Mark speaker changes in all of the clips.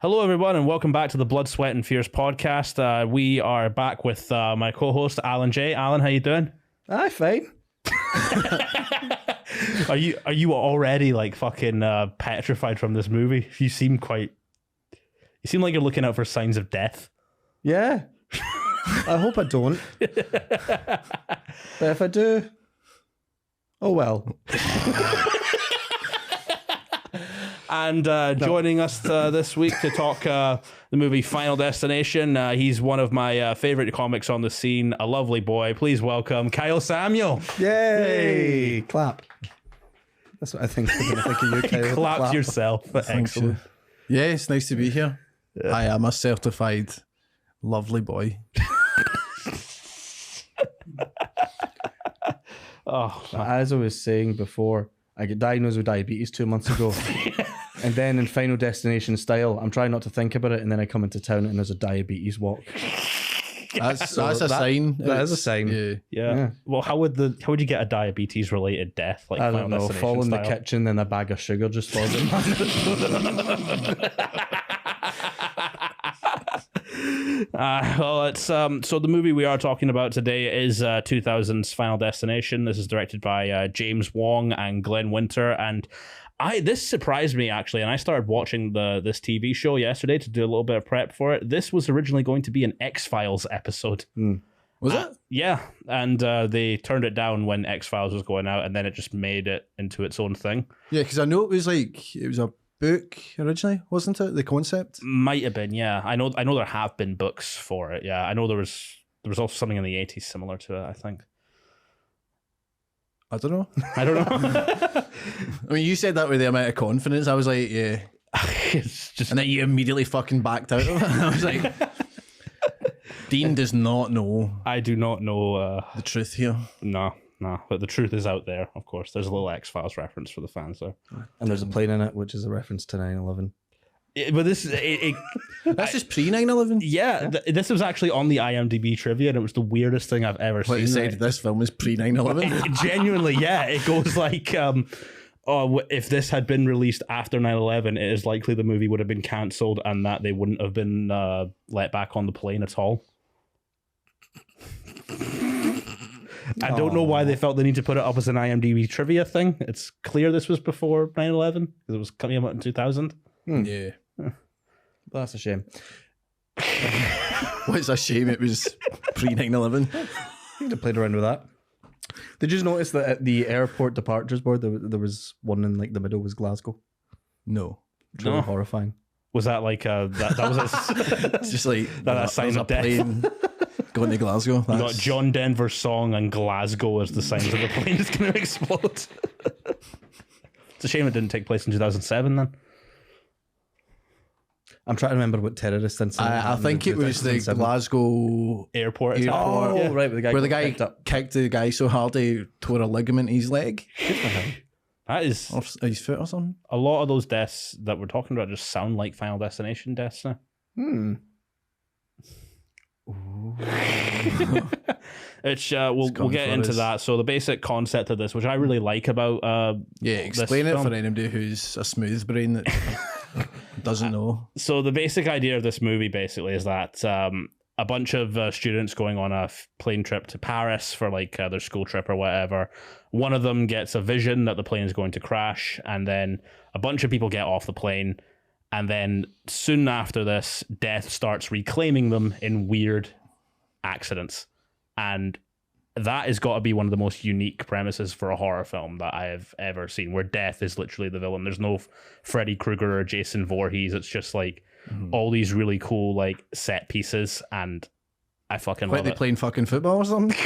Speaker 1: Hello, everyone, and welcome back to the Blood, Sweat, and Fears podcast. Uh, we are back with uh, my co-host Alan J. Alan, how you doing?
Speaker 2: Aye, fine.
Speaker 1: Are you are you already like fucking uh, petrified from this movie? You seem quite. You seem like you're looking out for signs of death.
Speaker 2: Yeah. I hope I don't. but if I do, oh well.
Speaker 1: And uh, joining us uh, this week to talk uh, the movie Final Destination, uh, he's one of my uh, favorite comics on the scene. A lovely boy. Please welcome Kyle Samuel.
Speaker 2: Yay! Clap. That's what I think when I think of you, Kyle.
Speaker 1: Clap, yourself. Excellent.
Speaker 3: Yeah, it's nice to be here. I am a certified lovely boy.
Speaker 1: Oh,
Speaker 2: As I was saying before, I got diagnosed with diabetes two months ago. and then in Final Destination style, I'm trying not to think about it, and then I come into town and there's a diabetes walk.
Speaker 3: That's that's a
Speaker 2: that-
Speaker 3: sign.
Speaker 2: that is a
Speaker 3: It's-
Speaker 2: sign.
Speaker 3: Yeah.
Speaker 1: Yeah.
Speaker 2: Yeah.
Speaker 1: Well, how would the how would you get a diabetes related death? Like
Speaker 2: I don't
Speaker 1: Final
Speaker 2: know,
Speaker 1: Destination
Speaker 2: fall in the
Speaker 1: style?
Speaker 2: kitchen and a bag of sugar just falls in.
Speaker 1: Uh, well, it's um. So the movie we are talking about today is uh, 2000's Final Destination. This is directed by uh, James Wong and Glenn Winter, and I this surprised me actually. And I started watching the this TV show yesterday to do a little bit of prep for it. This was originally going to be an X Files episode.
Speaker 3: Was it?
Speaker 1: Yeah, and uh, they turned it down when X Files was going out, and then it just made it into its own thing.
Speaker 3: Yeah, because I know it was like it was a book originally, wasn't it? The concept.
Speaker 1: Might have been, yeah. I know, I know there have been books for it. Yeah, I know there was there was also something in the eighties similar to it. I think.
Speaker 3: I don't know.
Speaker 1: I don't know.
Speaker 3: I mean, you said that with the amount of confidence. I was like, yeah,
Speaker 1: it's just
Speaker 3: and then you immediately fucking backed out of it. I was like, Dean does not know
Speaker 1: I do not know. Uh,
Speaker 3: the truth here.
Speaker 1: no, no, but the truth is out there. Of course, there's a little X Files reference for the fans there.
Speaker 2: and there's a plane in it, which is a reference to 9 11.
Speaker 1: Yeah, but this, it, it,
Speaker 3: This is pre 9/11.
Speaker 1: yeah, th- this was actually on the IMDb trivia, and it was the weirdest thing I've ever
Speaker 3: Like
Speaker 1: seen.
Speaker 3: you said, this film is pre 9/11.
Speaker 1: It- genuinely yeah it goes like um oh w- if this had been released after 9-11 it is likely the movie would have been cancelled and that they wouldn't have been uh, let back on the plane at all I don't know why they felt the need to put it up as an IMDb trivia thing. It's clear this was before 9 11 because it was coming out in 2000.
Speaker 3: yeah.
Speaker 2: That's a shame.
Speaker 3: Well, it's a shame it was pre 9/11.
Speaker 2: You'd have played around with that. Did you notice that at the airport departures board, there, there was one in like the middle was Glasgow?
Speaker 3: No.
Speaker 2: Truly
Speaker 1: No.
Speaker 2: horrifying.
Speaker 1: Was that like uh, that? That was a s-
Speaker 3: It's just like
Speaker 1: That-
Speaker 3: there
Speaker 1: that's
Speaker 3: was
Speaker 1: sign
Speaker 3: a
Speaker 1: of death.
Speaker 3: plane going to Glasgow.
Speaker 1: you
Speaker 3: That's
Speaker 1: got John Denver's song and Glasgow as the signs of the plane is going to explode. it's a shame it didn't take place in 2007 then.
Speaker 2: I'm trying to remember what terrorist incident.
Speaker 3: I, I
Speaker 2: happened in
Speaker 3: think it was the
Speaker 2: 2007.
Speaker 3: Glasgow
Speaker 1: Airport. attack.
Speaker 3: Airport.
Speaker 2: Oh,
Speaker 1: Yeah.
Speaker 2: right, with the guy
Speaker 3: where the
Speaker 2: got
Speaker 3: guy
Speaker 2: picked up.
Speaker 3: kicked the guy so hard he tore a ligament in his leg
Speaker 1: Uh-huh. That is
Speaker 3: or s- his foot or something.
Speaker 1: a lot of those deaths that we're talking about just sound like Final Destination deaths now.
Speaker 2: Hmm.
Speaker 1: It's uh, we'll, we'll
Speaker 3: It's gone
Speaker 1: get
Speaker 3: for
Speaker 1: into
Speaker 3: us.
Speaker 1: that. So the basic concept of this, which I really like about uh,
Speaker 3: Yeah, explain it
Speaker 1: film.
Speaker 3: for anybody who's a smooth brain that doesn't know.
Speaker 1: so the basic idea of this movie basically is that um, a bunch of uh, students going on a f- plane trip to Paris for like uh, their school trip or whatever. One of them gets a vision that the plane is going to crash, and then a bunch of people get off the plane. And then soon after this, death starts reclaiming them in weird accidents. And that has got to be one of the most unique premises for a horror film that I have ever seen, where death is literally the villain. There's no f- Freddy Krueger or Jason Voorhees. It's just like all these really cool like set pieces, and I fucking
Speaker 3: Like
Speaker 1: love
Speaker 3: they
Speaker 1: it.
Speaker 3: playing fucking football or something.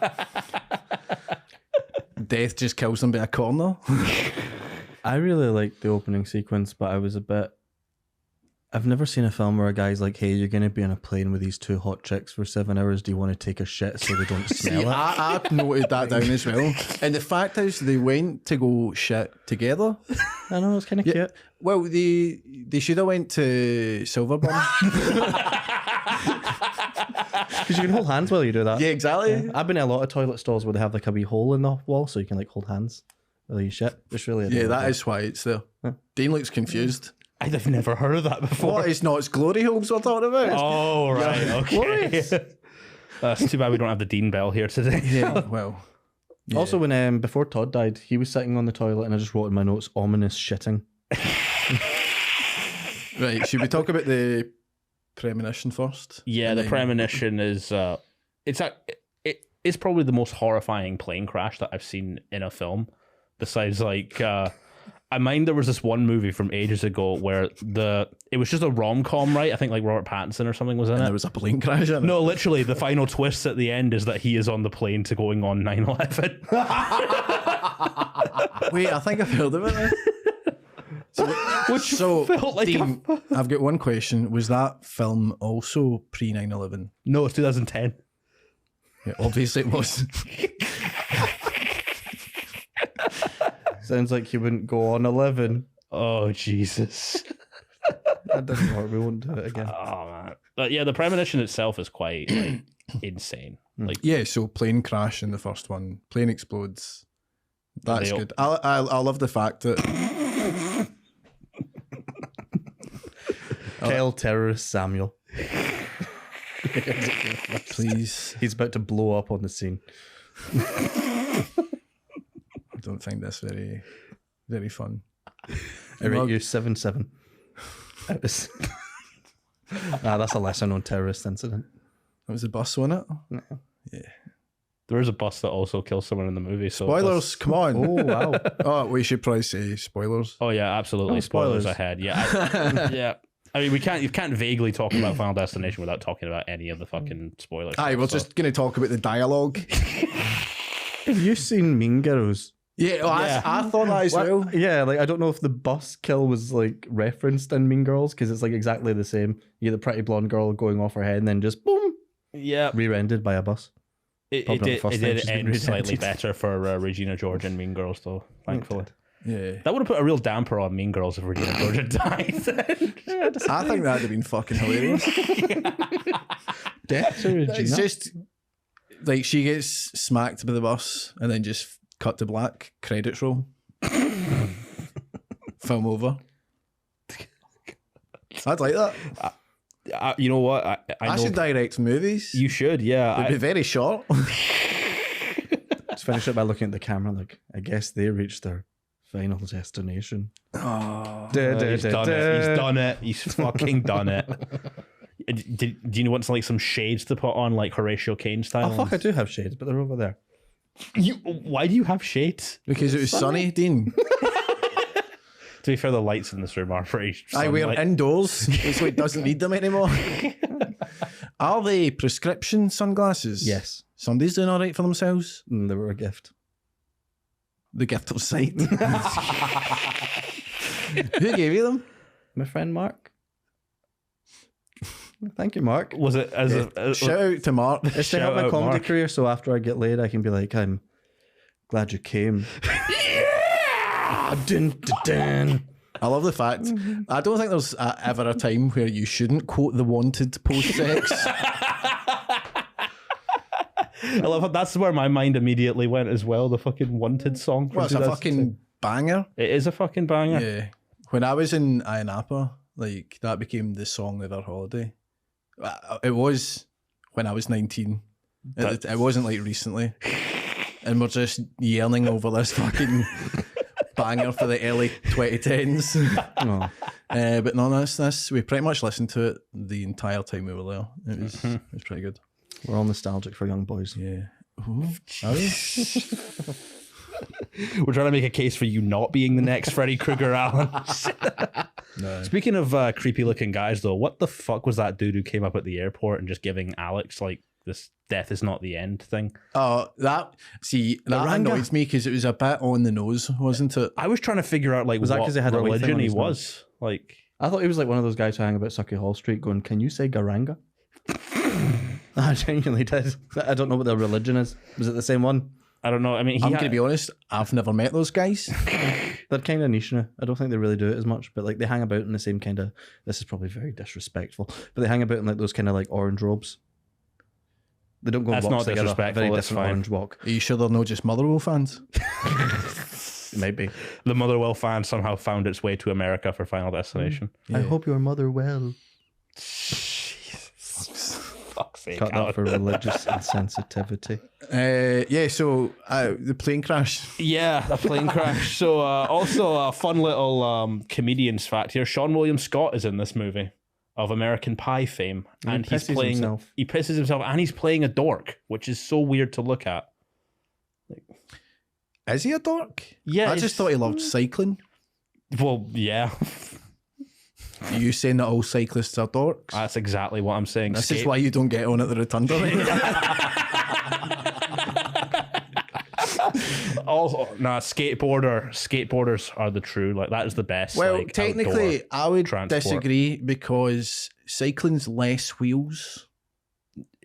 Speaker 3: Death just kills them by a corner.
Speaker 2: I really liked the opening sequence, but I was a bit. I've never seen a film where a guy's like, "Hey, you're going to be on a plane with these two hot chicks for seven hours. Do you want to take a shit so they don't smell it?"
Speaker 3: See, I, I noted that down as well. And the fact is, they went to go shit together.
Speaker 2: I know it's kind of
Speaker 3: Yeah.
Speaker 2: cute.
Speaker 3: Well, they they should have went to Silverburn.
Speaker 2: Because you can hold hands while you do that.
Speaker 3: yeah, exactly.
Speaker 2: I've been in a lot of toilet stalls where they have like a wee hole in the wall so you can like hold hands while you shit. It's really
Speaker 3: Yeah, that is why it's there. Dean looks confused.
Speaker 1: I'd have never heard of that before.
Speaker 4: What? It's not. It's glory holes we're talking about.
Speaker 1: Oh right, okay. That's too bad we don't have the Dean Bell here today.
Speaker 3: Yeah, well.
Speaker 2: Also, when um, before Todd died, he was sitting on the toilet, and I just wrote in my notes ominous shitting.
Speaker 3: Right, should we talk about the premonition first?
Speaker 1: Yeah,
Speaker 3: And
Speaker 1: the
Speaker 3: then-
Speaker 1: premonition is uh, it's a, it, it's probably the most horrifying plane crash that I've seen in a film. Besides, like, uh, I mind there was this one movie from ages ago where the it was just a rom com, right? I think like Robert Pattinson or something was in
Speaker 3: And
Speaker 1: it.
Speaker 3: there was a plane crash in it.
Speaker 1: No, literally, the final twist at the end is that he is on the plane to going on 9 11.
Speaker 3: Wait, I think I've heard of it.
Speaker 1: Which
Speaker 3: So,
Speaker 1: felt like a-
Speaker 3: Dean, I've got one question. Was that film also pre 9 11?
Speaker 1: no, it's 2010.
Speaker 3: Yeah, obviously it was.
Speaker 2: Sounds like you wouldn't go on eleven.
Speaker 1: Oh, Jesus.
Speaker 2: That doesn't work. We won't do it again.
Speaker 1: Oh, man. But yeah, the premonition itself is quite like, insane. Like,
Speaker 3: yeah, so plane crash in the first one, plane explodes. That's
Speaker 1: They all-
Speaker 3: good. I, I, I love the fact that
Speaker 2: Tell terrorist Samuel
Speaker 3: please
Speaker 2: he's about to blow up on the scene.
Speaker 3: I don't think that's very very fun.
Speaker 2: I rate
Speaker 3: Well-
Speaker 2: you seven seven. That was- ah, that's a lesson on terrorist incident.
Speaker 3: That was the bus, wasn't it?
Speaker 1: There is a bus that also kills someone in the movie. So
Speaker 3: Spoilers, come on.
Speaker 2: Oh wow!
Speaker 3: Oh, we should probably say spoilers.
Speaker 1: Oh yeah, absolutely.
Speaker 2: No
Speaker 1: spoilers.
Speaker 2: spoilers.
Speaker 1: ahead. Yeah, I- yeah. I mean, we can't you can't vaguely talk about Final Destination without talking about any of the fucking spoilers.
Speaker 3: Aye, we're
Speaker 1: So-
Speaker 3: just going to talk about the dialogue.
Speaker 2: Have you seen Mean Girls?
Speaker 3: Yeah, well, Oh, I-
Speaker 1: Yeah.
Speaker 3: I, thought that as well.
Speaker 2: Well, yeah, like I don't know if the bus kill was like referenced in Mean Girls because it's like exactly the same. You get the pretty blonde girl going off her head and then just boom,
Speaker 1: yeah.
Speaker 2: re-rendered by a bus.
Speaker 1: It,
Speaker 2: Probably
Speaker 1: it
Speaker 2: not the
Speaker 1: did, it
Speaker 2: first time
Speaker 1: did
Speaker 2: she's been
Speaker 1: end slightly
Speaker 2: resented.
Speaker 1: better for uh, Regina George and Mean Girls, though. Thankfully,
Speaker 3: Yeah.
Speaker 1: that would have put a real damper on Mean Girls if Regina George had died.
Speaker 3: I think that'd have been fucking hilarious.
Speaker 2: Death to
Speaker 3: It's
Speaker 2: Regina.
Speaker 3: just like she gets smacked by the bus and then just cut to black, credits roll. Film over. I'd like that.
Speaker 1: I, Uh, you know what? I, I,
Speaker 3: I,
Speaker 1: know
Speaker 3: should direct movies.
Speaker 1: you should. Yeah,
Speaker 3: It'd be
Speaker 1: I,
Speaker 3: very short.
Speaker 2: Let's finish it by looking at the camera. Like I guess they reached their final destination. Da,
Speaker 1: Uh,
Speaker 2: da,
Speaker 1: he's
Speaker 2: da,
Speaker 1: done it. He's
Speaker 2: da.
Speaker 1: done it. He's fucking done it. Uh, d- Did, do you want some, like some shades to put on, like Horatio Kane style?
Speaker 2: Oh fuck! I do have shades, but they're over there.
Speaker 1: You, why do you have shades?
Speaker 3: because it was sunny, Dean.
Speaker 1: To be fair, the lights in this room are pretty.
Speaker 3: I wear
Speaker 1: sunlight-
Speaker 3: indoors, so it doesn't need them anymore. Are they prescription sunglasses?
Speaker 2: Yes,
Speaker 3: Somebody's doing all right for themselves.
Speaker 2: Mm, they were a gift.
Speaker 3: The gift of sight. Who gave you them?
Speaker 2: My friend Mark. Thank you, Mark.
Speaker 1: Was it uh, as a, as-
Speaker 3: Eh, Shout out to Mark.
Speaker 2: It's to
Speaker 1: Shout
Speaker 2: help my
Speaker 1: out,
Speaker 2: comedy
Speaker 1: Mark.
Speaker 2: career, so after I get laid, I can be like, I'm glad you came. yeah! Dun, dun, dun.
Speaker 3: I love the fact. I don't think there's uh, ever a time where you shouldn't quote the wanted post sex.
Speaker 1: I love how that's where my mind immediately went as well. The fucking wanted song. from
Speaker 3: well, it's a
Speaker 1: 2002.
Speaker 3: fucking banger.
Speaker 1: It is a fucking banger.
Speaker 3: Yeah. When I was in Ayanapa, like that became the song of our holiday. Uh, It was when I was 19. It, it wasn't like recently. And we're just yearning over this fucking banger for the early 2010s.
Speaker 2: Oh,
Speaker 3: Uh, but no, that's, that's, we pretty much listened to it the entire time we were there. It was, it was pretty good.
Speaker 2: we're all nostalgic for young boys.
Speaker 3: Yeah. Ooh, Oh, are we?
Speaker 1: We're trying to make a case for you not being the next Freddy Krueger, Alan. Speaking of uh, creepy looking guys, though, what the fuck was that dude who came up at the airport and just giving Alex like this death is not the end thing?
Speaker 3: Oh, that see that
Speaker 2: Naranga.
Speaker 3: annoyed me because it was a bit on the nose, wasn't it?
Speaker 1: I was trying to figure out like
Speaker 2: Was that
Speaker 1: what
Speaker 2: 'cause he had a white thing
Speaker 1: religion
Speaker 2: on
Speaker 1: he
Speaker 2: his
Speaker 1: was. Like,
Speaker 2: I thought he was like one of those guys who hang about Sucky Hall Street going, Can you say Garanga? I genuinely did. I don't know what their religion is. Was it the same one?
Speaker 1: I don't know. I mean, he
Speaker 3: I'm
Speaker 1: had-
Speaker 3: gonna be honest, I've never met those guys.
Speaker 2: They're kind of niche now. I don't think they really do it as much, but like they hang about in the same kind of. This is probably very disrespectful, but they hang about in like those kind of like orange robes. They don't go. on
Speaker 1: That's
Speaker 2: walks
Speaker 1: not
Speaker 2: together,
Speaker 1: disrespectful,
Speaker 2: Very
Speaker 1: that's
Speaker 2: different
Speaker 1: fine.
Speaker 2: orange walk.
Speaker 3: Are you sure they're not just Motherwell fans?
Speaker 2: Maybe.
Speaker 1: the Motherwell fan somehow found its way to America for Final Destination.
Speaker 2: I hope your mother well.
Speaker 1: Jesus. Fuck's sake.
Speaker 2: Cut
Speaker 1: Alan.
Speaker 2: that for religious insensitivity.
Speaker 3: Uh, yeah, so uh, the plane crash.
Speaker 1: Yeah, a plane crash. So uh, also a fun little um, comedians fact here. Sean William Scott is in this movie of American Pie fame,
Speaker 2: He
Speaker 1: and he's
Speaker 2: pisses
Speaker 1: playing.
Speaker 2: himself.
Speaker 1: He pisses himself, and he's playing a dork, which is so weird to look at.
Speaker 3: Is he a dork?
Speaker 1: Yeah,
Speaker 3: I just
Speaker 1: it's-
Speaker 3: thought he loved cycling.
Speaker 1: Well, yeah,
Speaker 3: Are you saying that all cyclists are dorks?
Speaker 1: that's exactly what I'm saying.
Speaker 3: this is
Speaker 1: Skate-
Speaker 3: why you don't get on at the rotunda. right?
Speaker 1: also, nah, skateboarder. Skateboarders are the true. Like that is the best.
Speaker 3: well,
Speaker 1: like,
Speaker 3: technically,
Speaker 1: outdoor-
Speaker 3: I would
Speaker 1: transport.
Speaker 3: disagree because cycling's less wheels.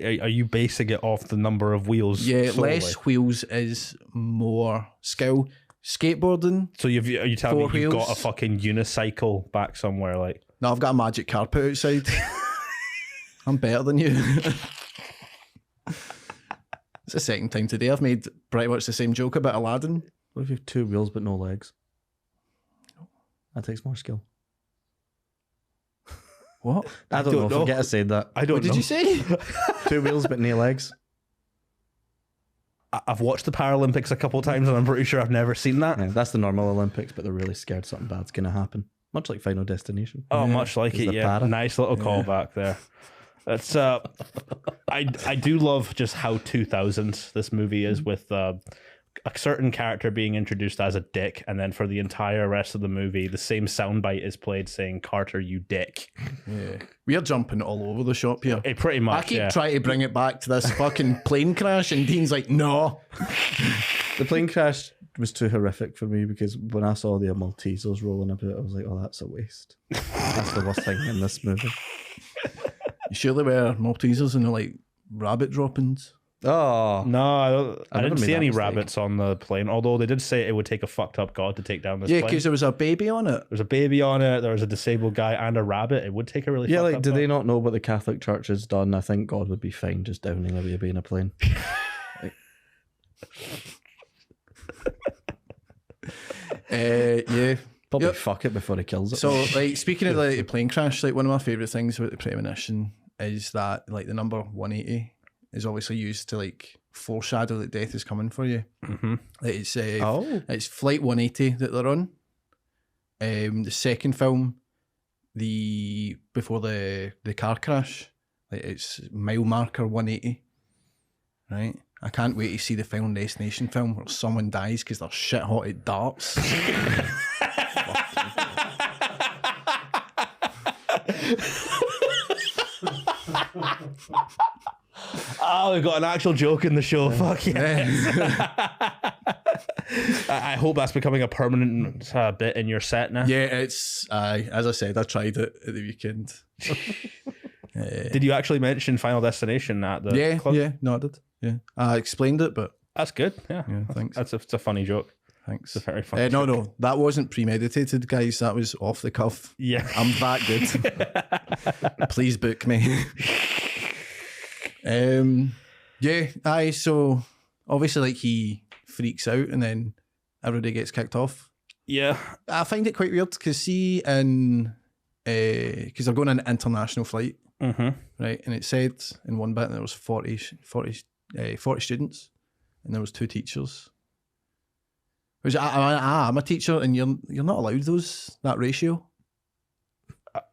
Speaker 1: are, are you basing it off the number of wheels?
Speaker 3: Yeah,
Speaker 1: solely?
Speaker 3: less wheels is more skill. Skateboarding,
Speaker 1: So you've are you telling
Speaker 3: Four
Speaker 1: me you've got a
Speaker 3: wheels.
Speaker 1: fucking unicycle back somewhere? Like
Speaker 3: No, I've got a magic carpet outside. I'm better than you. it's the second time today I've made pretty much the same joke about Aladdin.
Speaker 2: What if you have two wheels but no legs? That takes more skill.
Speaker 3: What?
Speaker 2: I don't,
Speaker 1: don't
Speaker 2: know.
Speaker 1: know.
Speaker 2: Forget I said that.
Speaker 1: I don't
Speaker 3: What did
Speaker 1: know.
Speaker 3: you say?
Speaker 2: two wheels but no legs.
Speaker 1: I- I've watched the Paralympics a couple times and I'm pretty sure I've never seen that.
Speaker 2: Yeah, that's the normal Olympics, but they're really scared something bad's gonna happen. Much like Final Destination.
Speaker 1: Oh, much like
Speaker 2: Is
Speaker 1: it.
Speaker 2: the
Speaker 1: Yeah,
Speaker 2: para-
Speaker 1: nice little callback there. That's uh, I I do love just how two thousands this movie is with uh, a certain character being introduced as a dick, and then for the entire rest of the movie, the same soundbite is played saying "Carter, you dick."
Speaker 3: yeah. We're jumping all over the shop here.
Speaker 1: It pretty much.
Speaker 3: I keep
Speaker 1: yeah.
Speaker 3: trying to bring it back to this fucking plane crash, and Dean's like, no.
Speaker 2: The plane crash was too horrific for me because when I saw the Maltesers rolling about, I was like, "Oh, that's a waste." that's the worst thing in this movie.
Speaker 3: You sure they were Maltesers and they're like rabbit droppings?
Speaker 2: Oh,
Speaker 1: No, I, don't, I
Speaker 2: never
Speaker 1: didn't
Speaker 2: made
Speaker 1: see
Speaker 2: that
Speaker 1: any
Speaker 2: mistake.
Speaker 1: rabbits on the plane. Although they did say it would take a fucked up god to take down this
Speaker 3: Yeah,
Speaker 1: plane.
Speaker 3: because there was a baby on it.
Speaker 1: There's a baby on it. There was a disabled guy and a rabbit. It would take a really
Speaker 2: yeah.
Speaker 1: fucked
Speaker 2: Like,
Speaker 1: up
Speaker 2: do they
Speaker 1: god.
Speaker 2: not know what the Catholic Church has done? I think God would be fine just downing a baby in a plane.
Speaker 3: Uh, yeah.
Speaker 2: Probably
Speaker 3: Yep.
Speaker 2: fuck it before he kills it.
Speaker 3: So, like, speaking of like, the plane crash, like one of my favorite things about the premonition is that like the number one eighty is obviously used to like foreshadow that death is coming for you.
Speaker 1: Mhm.
Speaker 3: Like, it's uh,
Speaker 2: oh,
Speaker 3: it's flight one eighty that they're on. Um, the second film, the before the the car crash, like it's mile marker one eighty. Right, I can't wait to see the Final Destination film where someone dies because they're shit hot at darts.
Speaker 1: Oh, we've got an actual joke in the show. Fuck
Speaker 3: Um,
Speaker 1: yeah. I I hope that's becoming a permanent uh, bit in your set now.
Speaker 3: Yeah, it's I. As I said, I tried it at the weekend. Uh,
Speaker 1: Did you actually mention Final Destination at the
Speaker 3: yeah,
Speaker 1: club?
Speaker 3: yeah, no, I did. Yeah, I explained it, but
Speaker 1: That's good. Yeah.
Speaker 3: yeah, thanks,
Speaker 1: That's a, it's a funny joke.
Speaker 3: thanks.
Speaker 1: It's a very funny
Speaker 3: Uh, no, no, that wasn't premeditated, guys. That was off the cuff.
Speaker 1: Yeah.
Speaker 3: I'm that good. Please book me. um, yeah, aye. So obviously, like he freaks out, and then everybody gets kicked off.
Speaker 1: yeah.
Speaker 3: I find it quite weird because see, in because they're going on an international flight.
Speaker 1: Mm-hmm.
Speaker 3: right? And it said in one bit there was 40, 40, uh, 40 students, and there was two teachers. Which I, I, I, I'm a teacher, and you're you're not allowed those that ratio.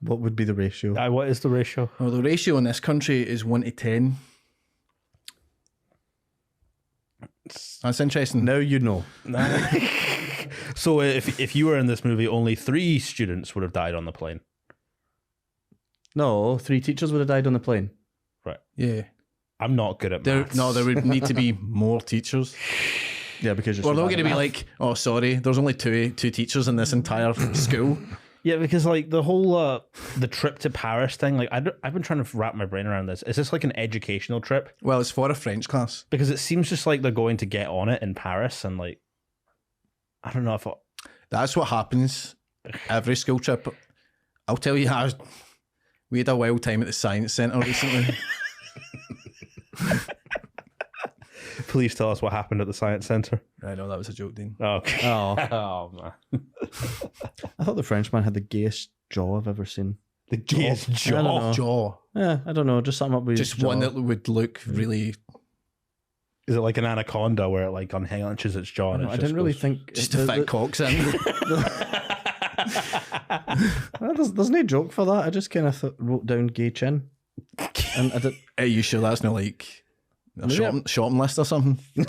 Speaker 2: what would be the ratio?
Speaker 1: Uh, what is the ratio?
Speaker 3: Well, the ratio in this country is one to ten. That's interesting.
Speaker 2: now you know.
Speaker 1: so uh, if if you were in this movie, only three students would have died on the plane.
Speaker 2: No, three teachers would have died on the plane.
Speaker 3: Yeah,
Speaker 1: I'm not good at
Speaker 3: there,
Speaker 1: maths.
Speaker 3: no, there would need to be more teachers.
Speaker 2: Yeah, because you're.
Speaker 3: We're
Speaker 2: so
Speaker 3: not
Speaker 2: bad
Speaker 3: going to
Speaker 2: at math.
Speaker 3: be like, oh, sorry, there's only two two teachers in this entire school.
Speaker 1: Yeah, because like the whole uh, the trip to Paris thing, like I don't- I've been trying to wrap my brain around this. Is this like an educational trip?
Speaker 3: Well, it's for a French class.
Speaker 1: Because it seems just like they're going to get on it in Paris, and like I don't know if I,
Speaker 3: That's what happens every school trip. I'll tell you, I, we had a wild time at the science centre recently.
Speaker 1: Please tell us what happened at the science center.
Speaker 3: I know that was a joke, Dean.
Speaker 5: Okay.
Speaker 2: Oh,
Speaker 5: Oh man.
Speaker 2: I thought the Frenchman had the gayest jaw I've ever seen.
Speaker 1: The
Speaker 2: Yes,
Speaker 1: jaw.
Speaker 2: I don't know.
Speaker 3: Jaw.
Speaker 2: Yeah, I don't know. Just something up with his
Speaker 3: Just one
Speaker 2: jaw.
Speaker 3: that would look really.
Speaker 1: Is it like an anaconda where it like unhinges its jaw?
Speaker 2: I,
Speaker 1: and
Speaker 2: don't know,
Speaker 1: it
Speaker 2: I
Speaker 1: just
Speaker 2: didn't really
Speaker 1: goes-
Speaker 2: think.
Speaker 3: Just
Speaker 2: the-
Speaker 3: to fit
Speaker 2: the-
Speaker 3: cocks in.
Speaker 2: Uh, There's, there's no joke for that. I just kind of th- wrote down gay chin. And I did,
Speaker 3: Are you sure that's not like a
Speaker 2: Maybe
Speaker 3: shopping, shopping list or something?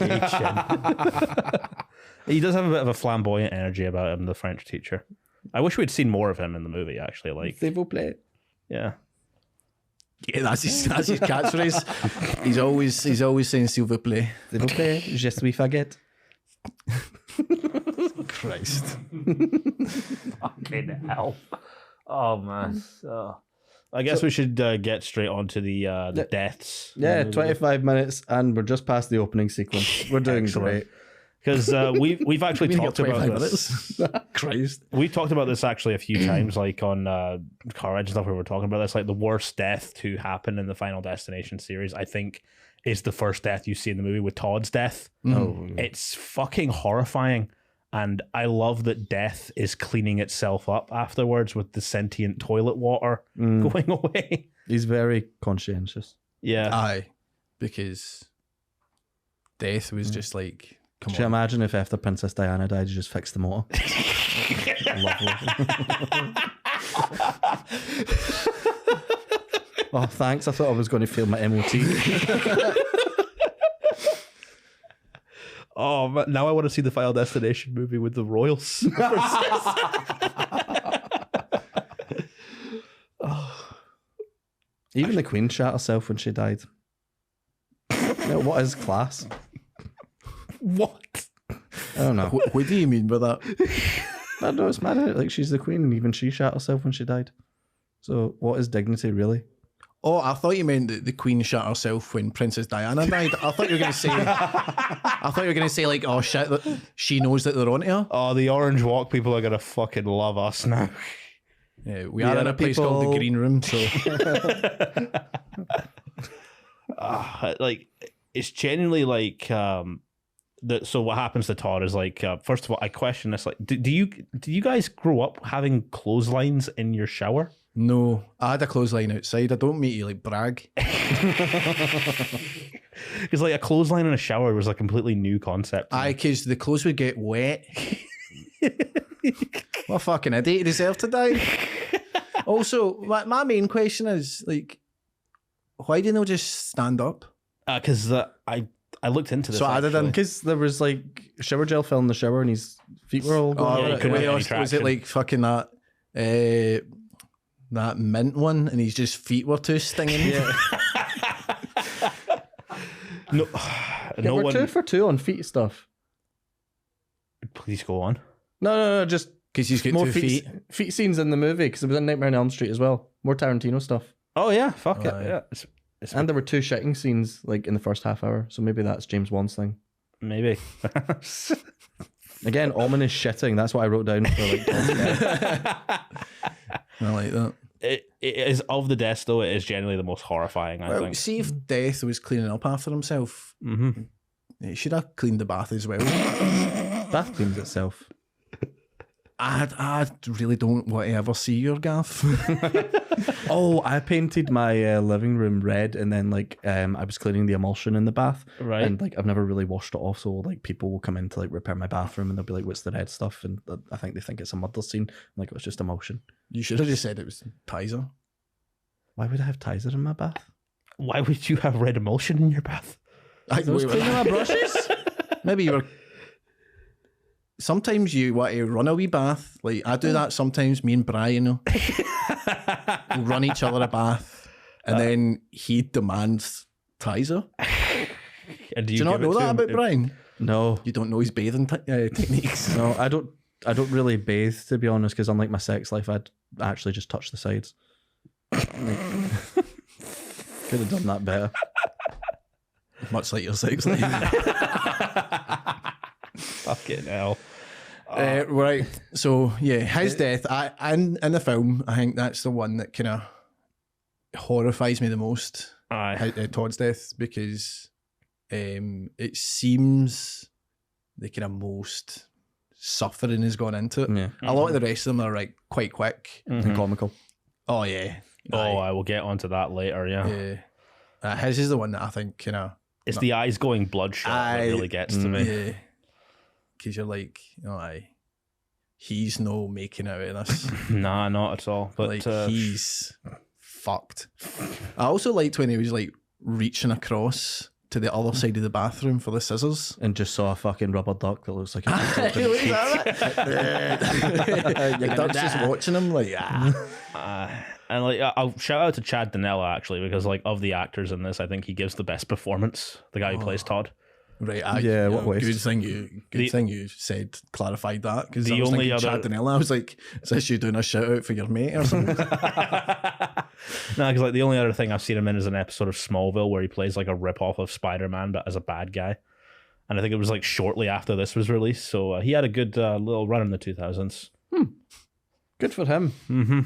Speaker 1: he does have a bit of a flamboyant energy about him, the French teacher. I wish we'd seen more of him in the movie. Actually, like,
Speaker 2: will play.
Speaker 1: yeah,
Speaker 3: Yeah, that's his, that's his catchphrase. he's always he's always saying silver play.
Speaker 2: They will play. Je suis faggot.
Speaker 3: Christ.
Speaker 1: fucking hell. Oh man. I guess we should uh, get straight on to the uh, the
Speaker 2: Yeah.
Speaker 1: deaths.
Speaker 2: Yeah, 25 minutes, and we're just past the opening sequence. We're doing
Speaker 1: Excellent.
Speaker 2: great.
Speaker 1: because uh, we we've actually
Speaker 3: We
Speaker 1: talked about this.
Speaker 3: minutes. Christ.
Speaker 1: We've talked about this actually a few times, like on uh, car ride and stuff. We were talking about this, like the worst death to happen in the Final Destination series. I think is the first death you see in the movie with Todd's death.
Speaker 3: Mm.
Speaker 2: Oh,
Speaker 1: It's fucking horrifying, and I love that death is cleaning itself up afterwards with the sentient toilet water
Speaker 2: mm.
Speaker 1: going away.
Speaker 2: he's very conscientious.
Speaker 1: Yeah,
Speaker 3: Aye. Because death was just like come
Speaker 2: Could you
Speaker 3: on.
Speaker 2: imagine if after Princess Diana died, you just fixed the motor? Lovely. oh,
Speaker 3: Ah,
Speaker 2: thanks. I thought I was going to fail my MOT.
Speaker 1: Oh, man, now I want to see the Final Destination movie with the Royals.
Speaker 2: Even the Queen shot herself when she died. Yeah, what is class?
Speaker 1: what?
Speaker 2: I don't know.
Speaker 3: Wh- what do you mean by that?
Speaker 2: I don't know. It's mad. innit? Like she's the Queen, and even she shot herself when she died. So what is dignity really?
Speaker 3: Oh, I thought you meant that the Queen shot herself when Princess Diana died. I thought you were gonna say I thought you were gonna say like, oh shit, that she knows that they're on to her.
Speaker 1: Oh, the Orange Walk people are gonna fucking love us now.
Speaker 3: Yeah, we are in
Speaker 2: other
Speaker 3: a place called the
Speaker 2: people-
Speaker 3: Green Room, so
Speaker 1: Ah, like it's genuinely like um that so what happens to Todd is like uh, first of all I question this like do, do you do you guys grow up having clotheslines in your shower?
Speaker 3: no. I had a clothesline outside. I don't mean to like brag.
Speaker 1: Because like a clothesline in a shower was a completely new concept. to me.
Speaker 3: Aye, because the clothes would get wet. what a fucking idiot you deserve to die. also, my, my main question is like, why do they not just stand up?
Speaker 1: because uh, I I looked into this.
Speaker 3: So I didn't-
Speaker 1: actually.
Speaker 2: Because there was like shower gel fell in the shower, and his feet were all.
Speaker 3: Or
Speaker 2: Going
Speaker 1: yeah, you
Speaker 2: out.
Speaker 1: couldn't get
Speaker 3: what
Speaker 1: any
Speaker 3: else- was
Speaker 1: traction.
Speaker 3: it like fucking that uh, that mint one, and his just feet were too stinging?
Speaker 1: no,
Speaker 2: Yeah,
Speaker 1: no
Speaker 2: we're two
Speaker 1: one.
Speaker 2: for two on feet stuff.
Speaker 1: Please go on.
Speaker 2: No, no, no. Just
Speaker 3: Because he's got
Speaker 2: more
Speaker 3: two
Speaker 2: feet,
Speaker 3: feet.
Speaker 2: feet scenes in the movie because it was in Nightmare on Elm Street as well. More Tarantino stuff,
Speaker 1: Oh yeah, fuck it.
Speaker 3: Aye.
Speaker 1: Yeah, it's, it's
Speaker 2: and there were two shitting scenes like in the first half hour. So maybe that's James Wan's thing.
Speaker 1: maybe.
Speaker 2: Again, ominous shitting. That's what I wrote down for like.
Speaker 3: I like that.
Speaker 1: it, it is of the death though. It is generally the most horrifying. I
Speaker 3: Well,
Speaker 1: think.
Speaker 3: see if Death was cleaning up after himself.
Speaker 1: hmm
Speaker 3: He should have cleaned the bath as well.
Speaker 2: Bath cleans itself.
Speaker 3: I, I really don't want to ever see your gaff.
Speaker 2: Oh, I painted my uh, living room red, and then like um, I was cleaning the emulsion in the bath,
Speaker 1: Right.
Speaker 2: And like I've never really washed it off, so like people will come in to like repair my bathroom, and they'll be like, "What's the red stuff?" And uh, I think they think it's a murder scene. I'm like it was just emulsion.
Speaker 3: you should have just said it was Tizer.
Speaker 2: Why would I have Tizer in my bath?
Speaker 1: Why would you have red emulsion in your bath?
Speaker 3: I
Speaker 2: was cleaning my
Speaker 3: brushes. Maybe you were. Sometimes you want to run a wee bath. Like I do that sometimes. Me and Brian will we'll run each other a bath, and then he demands Tizer.
Speaker 1: And
Speaker 3: Do you
Speaker 1: give
Speaker 3: not
Speaker 1: it
Speaker 3: know
Speaker 1: to him?
Speaker 3: that about Brian?
Speaker 2: No,
Speaker 3: You don't know his bathing t- uh, techniques.
Speaker 2: no, I don't. I don't really bathe to be honest, because unlike my sex life, I'd actually just touch the sides. Could have done that better.
Speaker 3: Much like your sex life.
Speaker 1: Fucking hell.
Speaker 3: Uh, right. So yeah, his death. I and in the film, I think that's the one that kind of horrifies me the most.
Speaker 1: Aye.
Speaker 3: Hi- uh, Todd's death because Um, it seems the kind of most suffering has gone into it.
Speaker 2: Yeah.
Speaker 3: A lot of the rest of them are like quite quick.
Speaker 1: Mm-hmm.
Speaker 2: And comical.
Speaker 3: Oh yeah.
Speaker 1: Oh, I will get onto that later. Yeah,
Speaker 3: yeah. Uh, his is the one that I think you know.
Speaker 1: it's the eyes going bloodshot
Speaker 3: I-
Speaker 1: that really gets to
Speaker 2: Mm.
Speaker 1: me.
Speaker 3: Yeah. Because you're like, oh, aye, he's no making out of this.
Speaker 1: Nah, not at all. But
Speaker 3: like,
Speaker 1: uh,
Speaker 3: he's fucked. I also liked when he was like reaching across to the other side of the bathroom for the scissors.
Speaker 2: And just saw a fucking rubber duck that looks like it's just open.
Speaker 3: the duck's just watching him like, ah.
Speaker 1: Uh, and like, I- I'll shout out to Chad Danella actually because like of the actors in this, I think he gives the best performance. The guy who
Speaker 3: Oh.
Speaker 1: plays Todd.
Speaker 3: Right, I,
Speaker 2: Yeah, what waste.
Speaker 3: Good thing you, good
Speaker 1: The-
Speaker 3: thing you said, clarified that because
Speaker 1: The
Speaker 3: I was
Speaker 1: only
Speaker 3: thinking
Speaker 1: other-
Speaker 3: Chad Danella. I was like, is this you doing a shout out for your mate or something?
Speaker 1: no, because like the only other thing I've seen him in is an episode of Smallville where he plays like a ripoff of Spider Man, but as a bad guy. And I think it was like shortly after this was released, so uh, he had a good uh, little run in the two thousands.
Speaker 2: Good for him.
Speaker 1: Mm-hmm.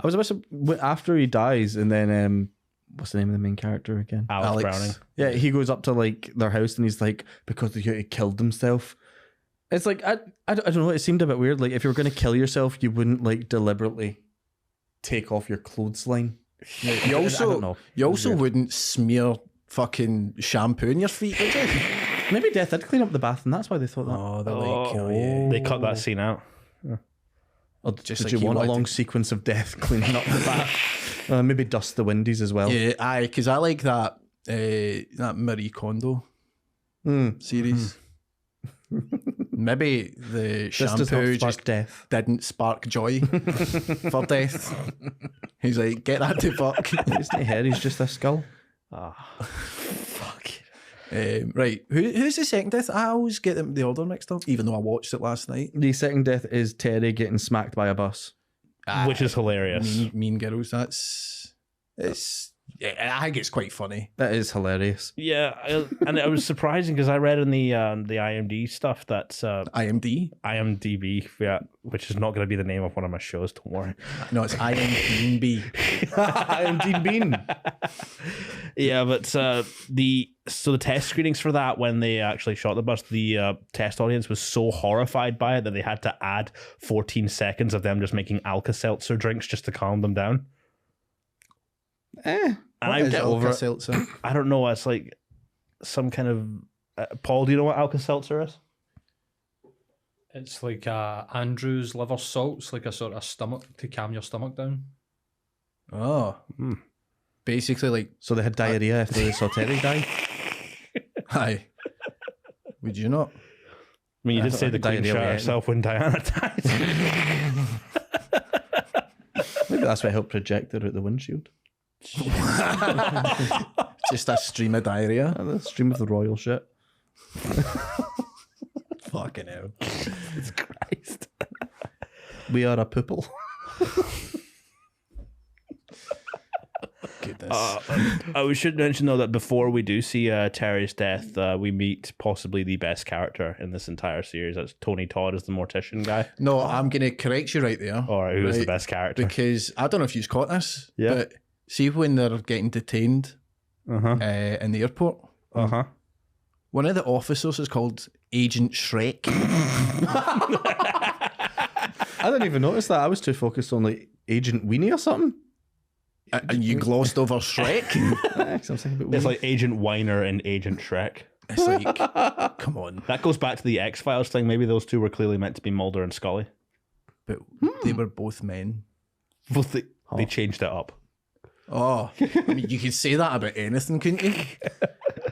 Speaker 2: I was about to w- after he dies, and then um, what's the name of the main character again?
Speaker 1: Alex,
Speaker 3: Alex.
Speaker 1: Browning.
Speaker 2: Yeah, he goes up to like their house, and he's like, because he he killed himself. It's like I, I, don't- I don't know. It seemed a bit weird. Like if you were going to kill yourself, you wouldn't like deliberately take off your clothesline.
Speaker 3: You
Speaker 2: I
Speaker 3: also,
Speaker 2: don't know.
Speaker 3: you also wouldn't smear fucking shampoo in your feet, would you?
Speaker 2: Maybe Death did clean up the bath, and that's why they thought that.
Speaker 3: Oh, they're like, oh, yeah.
Speaker 1: Oh, They cut that scene out.
Speaker 2: or just
Speaker 3: Oh, like
Speaker 2: did
Speaker 3: he
Speaker 2: you want a
Speaker 3: wanted
Speaker 2: long sequence of Death cleaning up the bath? uh, maybe dust the windies as
Speaker 1: Oh.
Speaker 2: well.
Speaker 3: Yeah, Eh, aye, because I like that uh, that Marie Kondo
Speaker 2: Mm.
Speaker 3: series.
Speaker 1: Mm-hmm.
Speaker 3: Maybe the
Speaker 2: Just as
Speaker 3: shampoo just
Speaker 2: death.
Speaker 3: didn't spark joy for death. He's like, get that to fuck.
Speaker 2: It's not hair, he's just a skull.
Speaker 1: Fuck.
Speaker 3: um, right, Who, who's the second death? I always get them the order mixed up, even though I watched it last night.
Speaker 2: The second death is Terry getting smacked by a bus.
Speaker 1: Which is hilarious.
Speaker 3: Mean, mean Girls. That's it's. Yeah, I think it's quite funny.
Speaker 2: That is hilarious.
Speaker 1: Yeah, I- and it was surprising because I read in the um, the IMD stuff that uh,
Speaker 3: IMD.
Speaker 1: IMDb, yeah, which is not going to be the name of one of my shows. Don't worry.
Speaker 3: No, it's IMDb.
Speaker 2: Indeed, Bean.
Speaker 1: Yeah, but uh, the so the test screenings for that when they actually shot the bus, the uh, test audience was so horrified by it that they had to add 14 seconds of them just making Alka Seltzer drinks just to calm them down.
Speaker 2: Eh,
Speaker 1: And I
Speaker 3: Is
Speaker 1: get
Speaker 3: it
Speaker 1: over it. Hmm.
Speaker 3: Alka-Seltzer?
Speaker 1: I don't know. It's like some kind of uh, Paul. Do you know what Alka Seltzer is?
Speaker 6: It's like uh, Andrew's liver salts, like a sort of stomach to calm your stomach down.
Speaker 3: Oh.
Speaker 1: Hmm.
Speaker 3: Basically, like,
Speaker 2: So they had diarrhea after they saw Terry die.
Speaker 3: hi. Would you not?
Speaker 1: I mean, you
Speaker 2: I
Speaker 1: did
Speaker 2: thought
Speaker 1: say
Speaker 2: I
Speaker 1: the
Speaker 2: died
Speaker 1: Queen
Speaker 2: the
Speaker 1: shot
Speaker 2: other end.
Speaker 1: herself when Diana died.
Speaker 2: Maybe that's why I helped project it out the windshield.
Speaker 3: Just a stream of diarrhea.
Speaker 2: Oh, the stream of the royal shit.
Speaker 3: Fucking hell.
Speaker 1: Christ.
Speaker 2: We are a poople.
Speaker 3: Goodness.
Speaker 1: Oh, we should mention though that before we do see uh, Terry's death, uh, we meet possibly the best character in this entire series. That's Tony Todd as the mortician guy,
Speaker 3: no, I'm going to correct you right there.
Speaker 1: or who is the
Speaker 3: Right,
Speaker 1: best character?
Speaker 3: Because I don't know if you've caught this,
Speaker 1: Yeah.
Speaker 3: but see when they're getting detained
Speaker 1: Uh huh.
Speaker 3: uh, in the airport,
Speaker 1: Uh huh.
Speaker 3: one of the officers is called Agent Shrek.
Speaker 2: I didn't even notice that. I was too focused on like Agent Weenie or something.
Speaker 3: A- and you glossed over Shrek?
Speaker 2: Eh, 'cause I'm thinking about
Speaker 1: It's
Speaker 2: Weenie.
Speaker 1: like Agent Weiner and Agent Shrek.
Speaker 3: it's like, come on.
Speaker 1: That goes back to the X Files thing. Maybe those two were clearly meant to be Mulder and Scully.
Speaker 3: But they were both men.
Speaker 1: Both they, they changed it up.
Speaker 3: Oh, I mean, you could say that about anything, couldn't you?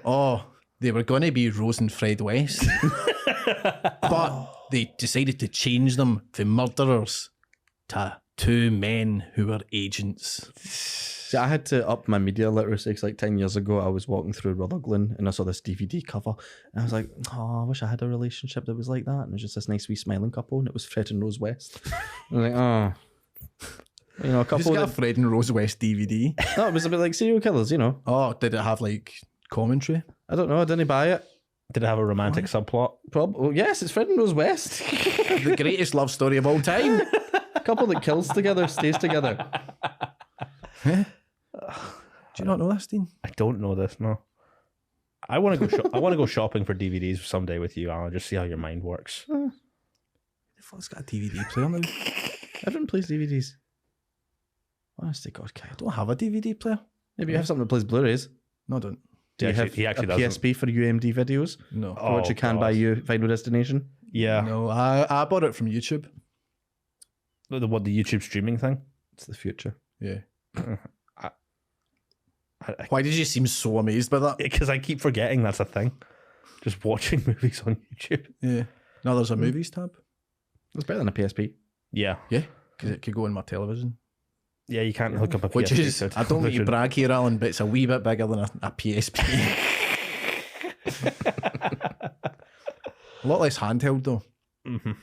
Speaker 3: Oh, they were going to be Rose and Fred West, but they decided to change them from murderers to two men who were agents.
Speaker 2: See, I had to up my media literacy 'cause, like 10 years ago. I was walking through Rutherglen and I saw this DVD cover and I was like, oh, I wish I had a relationship that was like that. And it was just this nice, wee smiling couple and it was Fred and Rose West. And I was like, oh. You know, a
Speaker 3: Just
Speaker 2: couple
Speaker 3: got a
Speaker 2: that,
Speaker 3: Fred and Rose West DVD.
Speaker 2: no, it was a bit like serial killers, you know.
Speaker 3: Oh, did it have like commentary?
Speaker 2: I don't know. I didn't buy it.
Speaker 1: Did it have a romantic subplot?
Speaker 2: Prob- oh, yes, it's Fred and Rose West.
Speaker 3: The greatest love story of all time.
Speaker 2: a couple that kills together stays together.
Speaker 3: Do you not know this, Dean?
Speaker 1: I don't know this. No. I want to go. Shop- I want to go shopping for DVDs someday with you, Alan. Just see how your mind works.
Speaker 3: The fuck's got a DVD player now?
Speaker 2: Everyone plays DVDs. Honestly, God, Kyle.
Speaker 3: I don't have a DVD player.
Speaker 2: Maybe you have something that plays Blu-rays.
Speaker 3: No, I don't.
Speaker 1: He
Speaker 2: Do you
Speaker 1: actually-
Speaker 2: have
Speaker 1: he actually
Speaker 2: a
Speaker 1: doesn't.
Speaker 2: PSP for UMD videos?
Speaker 3: No.
Speaker 2: For what you can buy
Speaker 1: Oh, God.
Speaker 2: you Final Destination?
Speaker 1: Yeah,
Speaker 3: No, I, I bought it from YouTube.
Speaker 1: The- the, what the YouTube streaming thing.
Speaker 2: It's the future.
Speaker 3: Yeah.
Speaker 1: I- I-
Speaker 3: Why did you seem so amazed by that?
Speaker 1: because I keep forgetting that's a thing. Just watching movies on YouTube.
Speaker 3: Yeah. Now there's a movies tab
Speaker 2: It's better than a PSP.
Speaker 1: Yeah,
Speaker 3: because it could go in my television.
Speaker 1: yeah. You can't hook up a
Speaker 3: Which
Speaker 1: PSP
Speaker 3: is,
Speaker 1: to a
Speaker 3: I don't think you
Speaker 1: television.
Speaker 3: brag here, Alan, but it's a wee bit bigger than a, a PSP. a lot less handheld though.
Speaker 1: Mhm.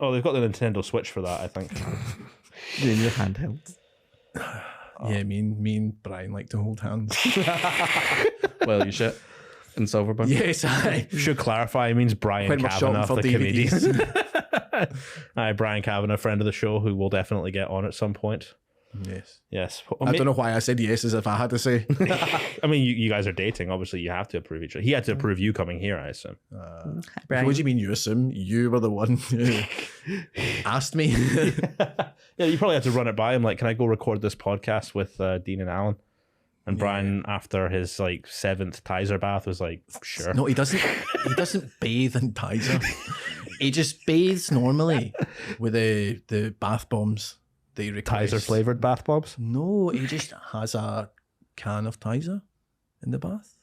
Speaker 1: Oh, they've got the Nintendo Switch for that. I think.
Speaker 2: Yeah, your handheld.
Speaker 3: Yeah, me and, me and Brian like to hold hands.
Speaker 2: well, you shit. In Silverburn.
Speaker 3: yes, I.
Speaker 1: Should clarify. It means Brian
Speaker 3: When we're shopping
Speaker 1: Kavanaugh,
Speaker 3: for
Speaker 1: the
Speaker 3: DVDs.
Speaker 1: comedian. Hi, Brian Kavanaugh, friend of the show, who will definitely get on at some point.
Speaker 3: yes.
Speaker 1: Yes,
Speaker 3: I don't know why I said yes as if I had to say.
Speaker 1: I mean, you, you guys are dating. Obviously, you have to approve each other. He had to approve you coming here, I assume.
Speaker 3: Uh, What do you mean you assume? You were the one who asked me.
Speaker 1: yeah, you probably had to run it by him. Like, can I go record this podcast with uh, Dean and Alan? And Brian, after his like seventh Tizer bath, was like, sure.
Speaker 3: no, he doesn't. He doesn't bathe in Tizer. He just bathes normally with the the bath bombs. They request.
Speaker 1: Tizer flavored bath bombs.
Speaker 3: No, he just has a can of Tizer in the bath.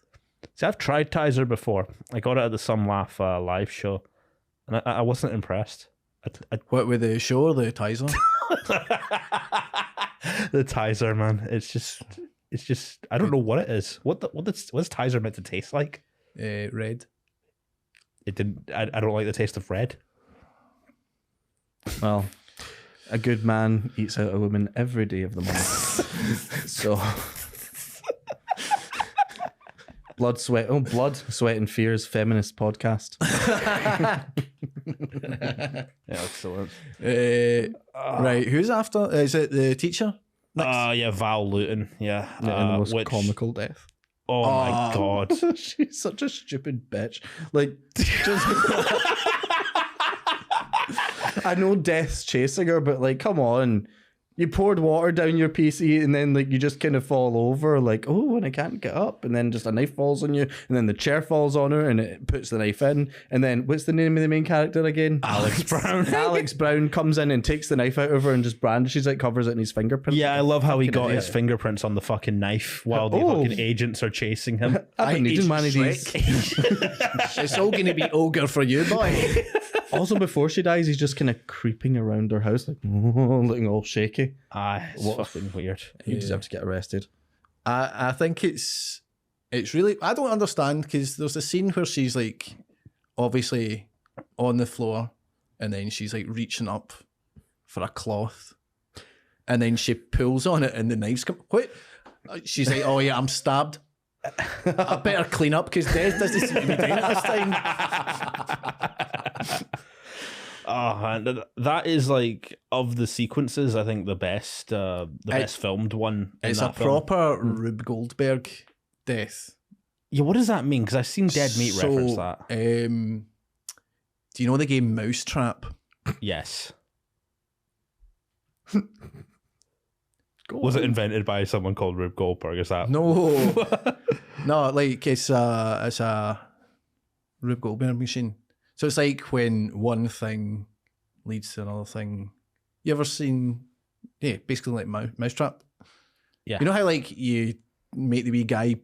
Speaker 1: See, I've tried Tizer before. I got it at the Some Laugh uh, live show, and I, I wasn't impressed. I, I,
Speaker 3: What with the show or the Tizer?
Speaker 1: the Tizer, man. It's just, it's just. I don't know what it is. What the what is what's Tizer meant to taste like?
Speaker 3: uh, red.
Speaker 1: It didn't. I, I don't like the taste of red.
Speaker 2: Well, a good man eats out a woman every day of the month. so. Blood, sweat, oh, blood, sweat, and fears, feminist podcast.
Speaker 1: Yeah, excellent.
Speaker 3: Uh, right, who's after? Is it the teacher?
Speaker 1: Uh, yeah, Val Luton. Yeah,
Speaker 2: Yeah, and
Speaker 1: uh,
Speaker 2: the most
Speaker 1: which-
Speaker 2: comical death.
Speaker 1: Oh my
Speaker 3: Oh.
Speaker 1: god.
Speaker 2: She's such a stupid bitch. Like, just. I know death's chasing her, but like, come on. You poured water down your PC and then like you just kind of fall over, like, oh, and I can't get up. And then just a knife falls on you, and then the chair falls on her and it puts the knife in. And then what's the name of the main character again?
Speaker 1: Alex Brown.
Speaker 2: Alex Brown comes in and takes the knife out of her and just brandishes it, covers it in his fingerprint.
Speaker 1: Yeah, I love how he
Speaker 2: Fucking
Speaker 1: got his
Speaker 2: idiot.
Speaker 1: fingerprints on the fucking knife while the
Speaker 2: Oh.
Speaker 1: fucking agents are chasing him.
Speaker 2: I've been
Speaker 3: I
Speaker 2: needing
Speaker 3: eat
Speaker 2: one of these.
Speaker 3: It's all going to be ogre for you, boy.
Speaker 2: also, before she dies, he's just kind of creeping around her house, like looking all shaky.
Speaker 1: Ah, it's
Speaker 2: What-
Speaker 1: fucking weird.
Speaker 2: You deserve to get arrested.
Speaker 3: I, I think it's it's really I don't understand because there's a scene where she's like obviously on the floor and then she's like reaching up for a cloth and then she pulls on it and the knives come. What? Uh, She's like, oh yeah, I'm stabbed. I better clean up because Des doesn't seem to be doing it this time.
Speaker 1: Oh, man, th- that is like of the sequences. I think the best, uh, the
Speaker 3: It-
Speaker 1: best filmed one. in
Speaker 3: It's a
Speaker 1: that film. Hmm.
Speaker 3: proper Rube Goldberg death.
Speaker 1: Yeah, what does that mean? Because I've seen Dead Meat reference
Speaker 3: So,
Speaker 1: that.
Speaker 3: Um, do you know the game Mousetrap?
Speaker 1: Yes. Was it invented by someone called Rube Goldberg? Is that
Speaker 3: No, no, like it's a it's a Rube Goldberg machine. So it's like when one thing leads to another thing. You ever seen? Yeah, basically like Mou- Mousetrap.
Speaker 1: Yeah.
Speaker 3: You know how like you make the wee guy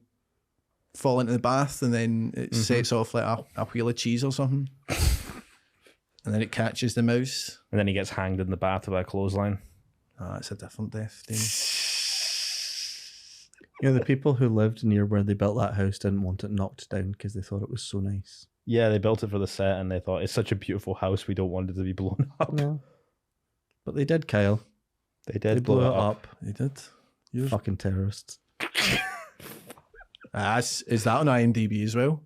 Speaker 3: fall into the bath and then it sets off like a, a wheel of cheese or something, and then it catches the mouse.
Speaker 1: And then he gets hanged in the bath with a clothesline.
Speaker 3: Ah, it's a different death. Dean.
Speaker 2: You know, the people who lived near where they built that house didn't want it knocked down because they thought it was so nice.
Speaker 1: Yeah, they built it for the set, and they thought it's such a beautiful house. We don't want it to be blown up.
Speaker 2: No. But they did, Kyle.
Speaker 1: They
Speaker 2: They
Speaker 1: did
Speaker 2: blew it up.
Speaker 3: They did. Yours.
Speaker 2: Fucking terrorists.
Speaker 3: Ah, is, is that on IMDb as well?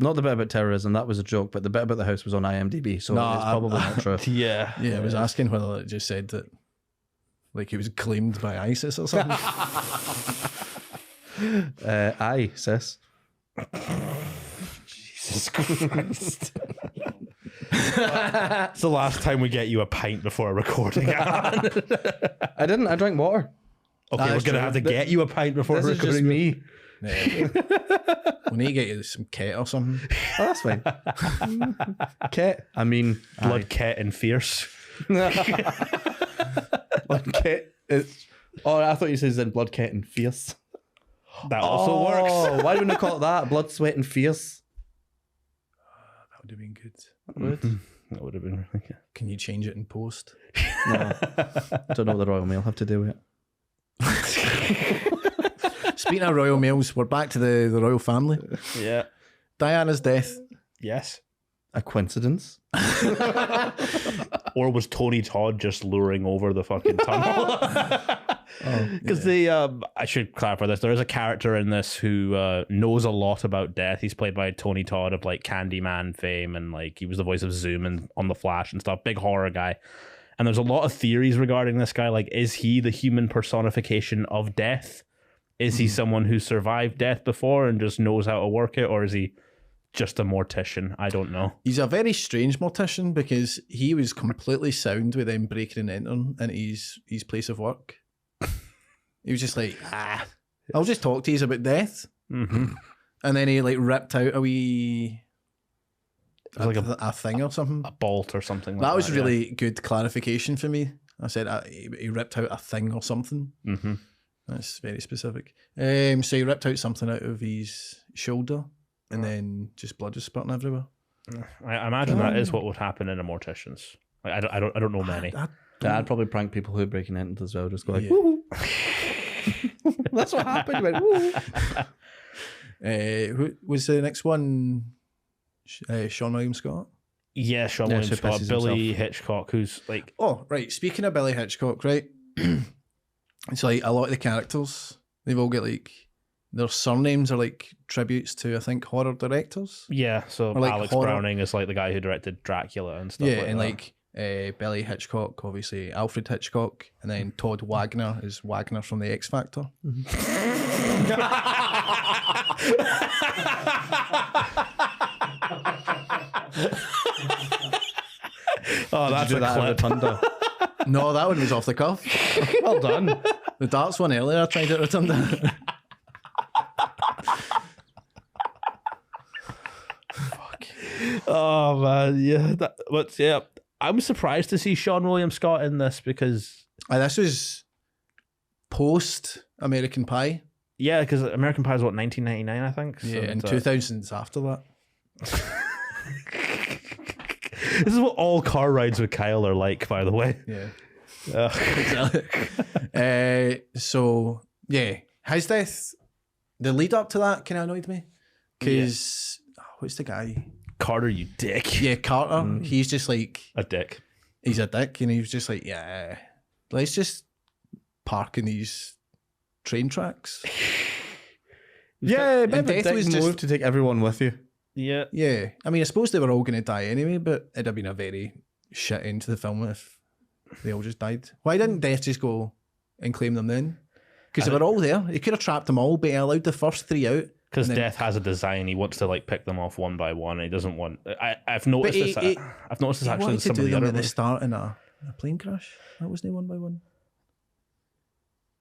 Speaker 2: Not the bit about terrorism, that was a joke, but the bit about the house was on IMDb, so
Speaker 3: No,
Speaker 2: it's
Speaker 3: I-
Speaker 2: probably not true.
Speaker 1: Yeah,
Speaker 3: Yeah, I was asking whether it just said that, like it was claimed by ISIS or something.
Speaker 2: Uh, aye, sis.
Speaker 1: Jesus Christ. it's the last time we get you a pint before a recording. Alan. okay,
Speaker 2: I didn't. I drank water.
Speaker 1: we're
Speaker 3: is
Speaker 1: going to
Speaker 3: true.
Speaker 1: have to get you a pint before
Speaker 2: This
Speaker 1: a
Speaker 2: is
Speaker 1: recording.
Speaker 2: just me.
Speaker 3: Yeah. we need to get you some kit or something.
Speaker 2: Oh, that's fine. Kit. I mean,
Speaker 1: Blood, ket, and fierce.
Speaker 2: blood kit. It's. Oh, I thought you said in blood kit and fierce.
Speaker 1: That also works.
Speaker 2: Oh, why wouldn't I call it that? Blood, sweat, and fierce.
Speaker 3: That would have been good.
Speaker 1: That would have been really good.
Speaker 3: Can you change it in post?
Speaker 2: No, don't know what the Royal Mail have to do with it.
Speaker 3: Speaking of royal males, we're back to the, the royal family.
Speaker 1: Yeah.
Speaker 3: Diana's death.
Speaker 1: Yes.
Speaker 2: A coincidence?
Speaker 1: Or was Tony Todd just luring over the fucking tunnel? Because the um, I should clarify this. There is a character in this who uh, knows a lot about death. He's played by Tony Todd of like Candyman fame, and like he was the voice of Zoom and on the Flash and stuff. Big horror guy. And there's a lot of theories regarding this guy. Like, is he the human personification of death? Is he someone who survived death before and just knows how to work it, or is he just a mortician? I don't know.
Speaker 3: He's a very strange mortician because he was completely sound with them breaking and entering into his, his place of work. he was just like, ah, I'll just talk to you about death.
Speaker 1: Mhm.
Speaker 3: And then he like ripped out a wee
Speaker 1: was like
Speaker 3: a,
Speaker 1: a-
Speaker 3: a thing or something.
Speaker 1: A bolt or something. Like
Speaker 3: that
Speaker 1: that
Speaker 3: was really good clarification for me. I said uh, he, he ripped out a thing or something.
Speaker 1: hmm
Speaker 3: That's very specific. Um, so he ripped out something out of his shoulder, and then just blood was spurting everywhere.
Speaker 1: I I imagine that is what would happen in a mortician's. Like, I don't, I don't, I don't know many.
Speaker 3: I-
Speaker 2: Yeah, I'd probably prank people who are breaking into as well. Just go like,
Speaker 3: Yeah.
Speaker 2: woohoo. That's what happened. You went, woo.
Speaker 3: Uh, who was the next one? Sh- Uh, Sean William Scott.
Speaker 1: Yeah, Sean
Speaker 2: Yeah,
Speaker 1: Williams
Speaker 2: so
Speaker 1: Scott,
Speaker 2: pisses
Speaker 1: Billy Hitchcock, who's like,
Speaker 3: Oh, right. Speaking of Billy Hitchcock, right? it's like a lot of the characters they've all got like their surnames are like tributes to I think horror directors.
Speaker 1: yeah, so
Speaker 3: Or like
Speaker 1: Alex
Speaker 3: horror.
Speaker 1: Browning is like the guy who directed Dracula and stuff.
Speaker 3: yeah,
Speaker 1: like
Speaker 3: and
Speaker 1: that.
Speaker 3: like uh, Billy Hitchcock, obviously Alfred Hitchcock, and then Todd Wagner is Wagner from the X Factor.
Speaker 1: oh, that's
Speaker 2: do
Speaker 1: a
Speaker 2: that in the
Speaker 1: clip.
Speaker 2: thunder.
Speaker 3: no, that one was off the cuff.
Speaker 2: well done.
Speaker 3: The darts one earlier, I tried it returned it.
Speaker 1: Oh man, yeah, that, but yeah, I'm surprised to see Sean William Scott in this because
Speaker 3: Aye, this was post American Pie.
Speaker 1: yeah, because American Pie is what 1999, I think. so
Speaker 3: Yeah, and
Speaker 1: it's, uh,
Speaker 3: two thousands after that.
Speaker 1: This is what all car rides with Kyle are like, by the way.
Speaker 3: Yeah.
Speaker 1: Uh,
Speaker 3: uh, so yeah, his death, the lead up to that kind of annoyed me because what's the guy?
Speaker 1: Carter, you dick.
Speaker 3: Yeah, Carter. He's just like
Speaker 1: A dick.
Speaker 3: he's a dick, and he was just like, yeah, let's just park in these train tracks.
Speaker 2: Yeah,
Speaker 3: And
Speaker 2: remember
Speaker 3: death
Speaker 2: Dick
Speaker 3: was just-
Speaker 2: moved to take everyone with you.
Speaker 1: Yeah.
Speaker 3: Yeah, I mean, I suppose they were all going to die anyway, but it'd have been a very shit end to the film if they all just died. Why didn't Death just go and claim them then? Because they were all there. He could have trapped them all, but he allowed the first three out.
Speaker 1: Because
Speaker 3: And then-
Speaker 1: death has a design, he wants to like pick them off one by one. And he doesn't want. I, I've noticed
Speaker 3: he-
Speaker 1: this.
Speaker 3: he-
Speaker 1: I've noticed this
Speaker 3: he
Speaker 1: actually in
Speaker 3: wanted to
Speaker 1: some of
Speaker 3: do
Speaker 1: the
Speaker 3: them
Speaker 1: other.
Speaker 3: at the
Speaker 1: movies.
Speaker 3: start in a, a plane crash. That wasn't one by one.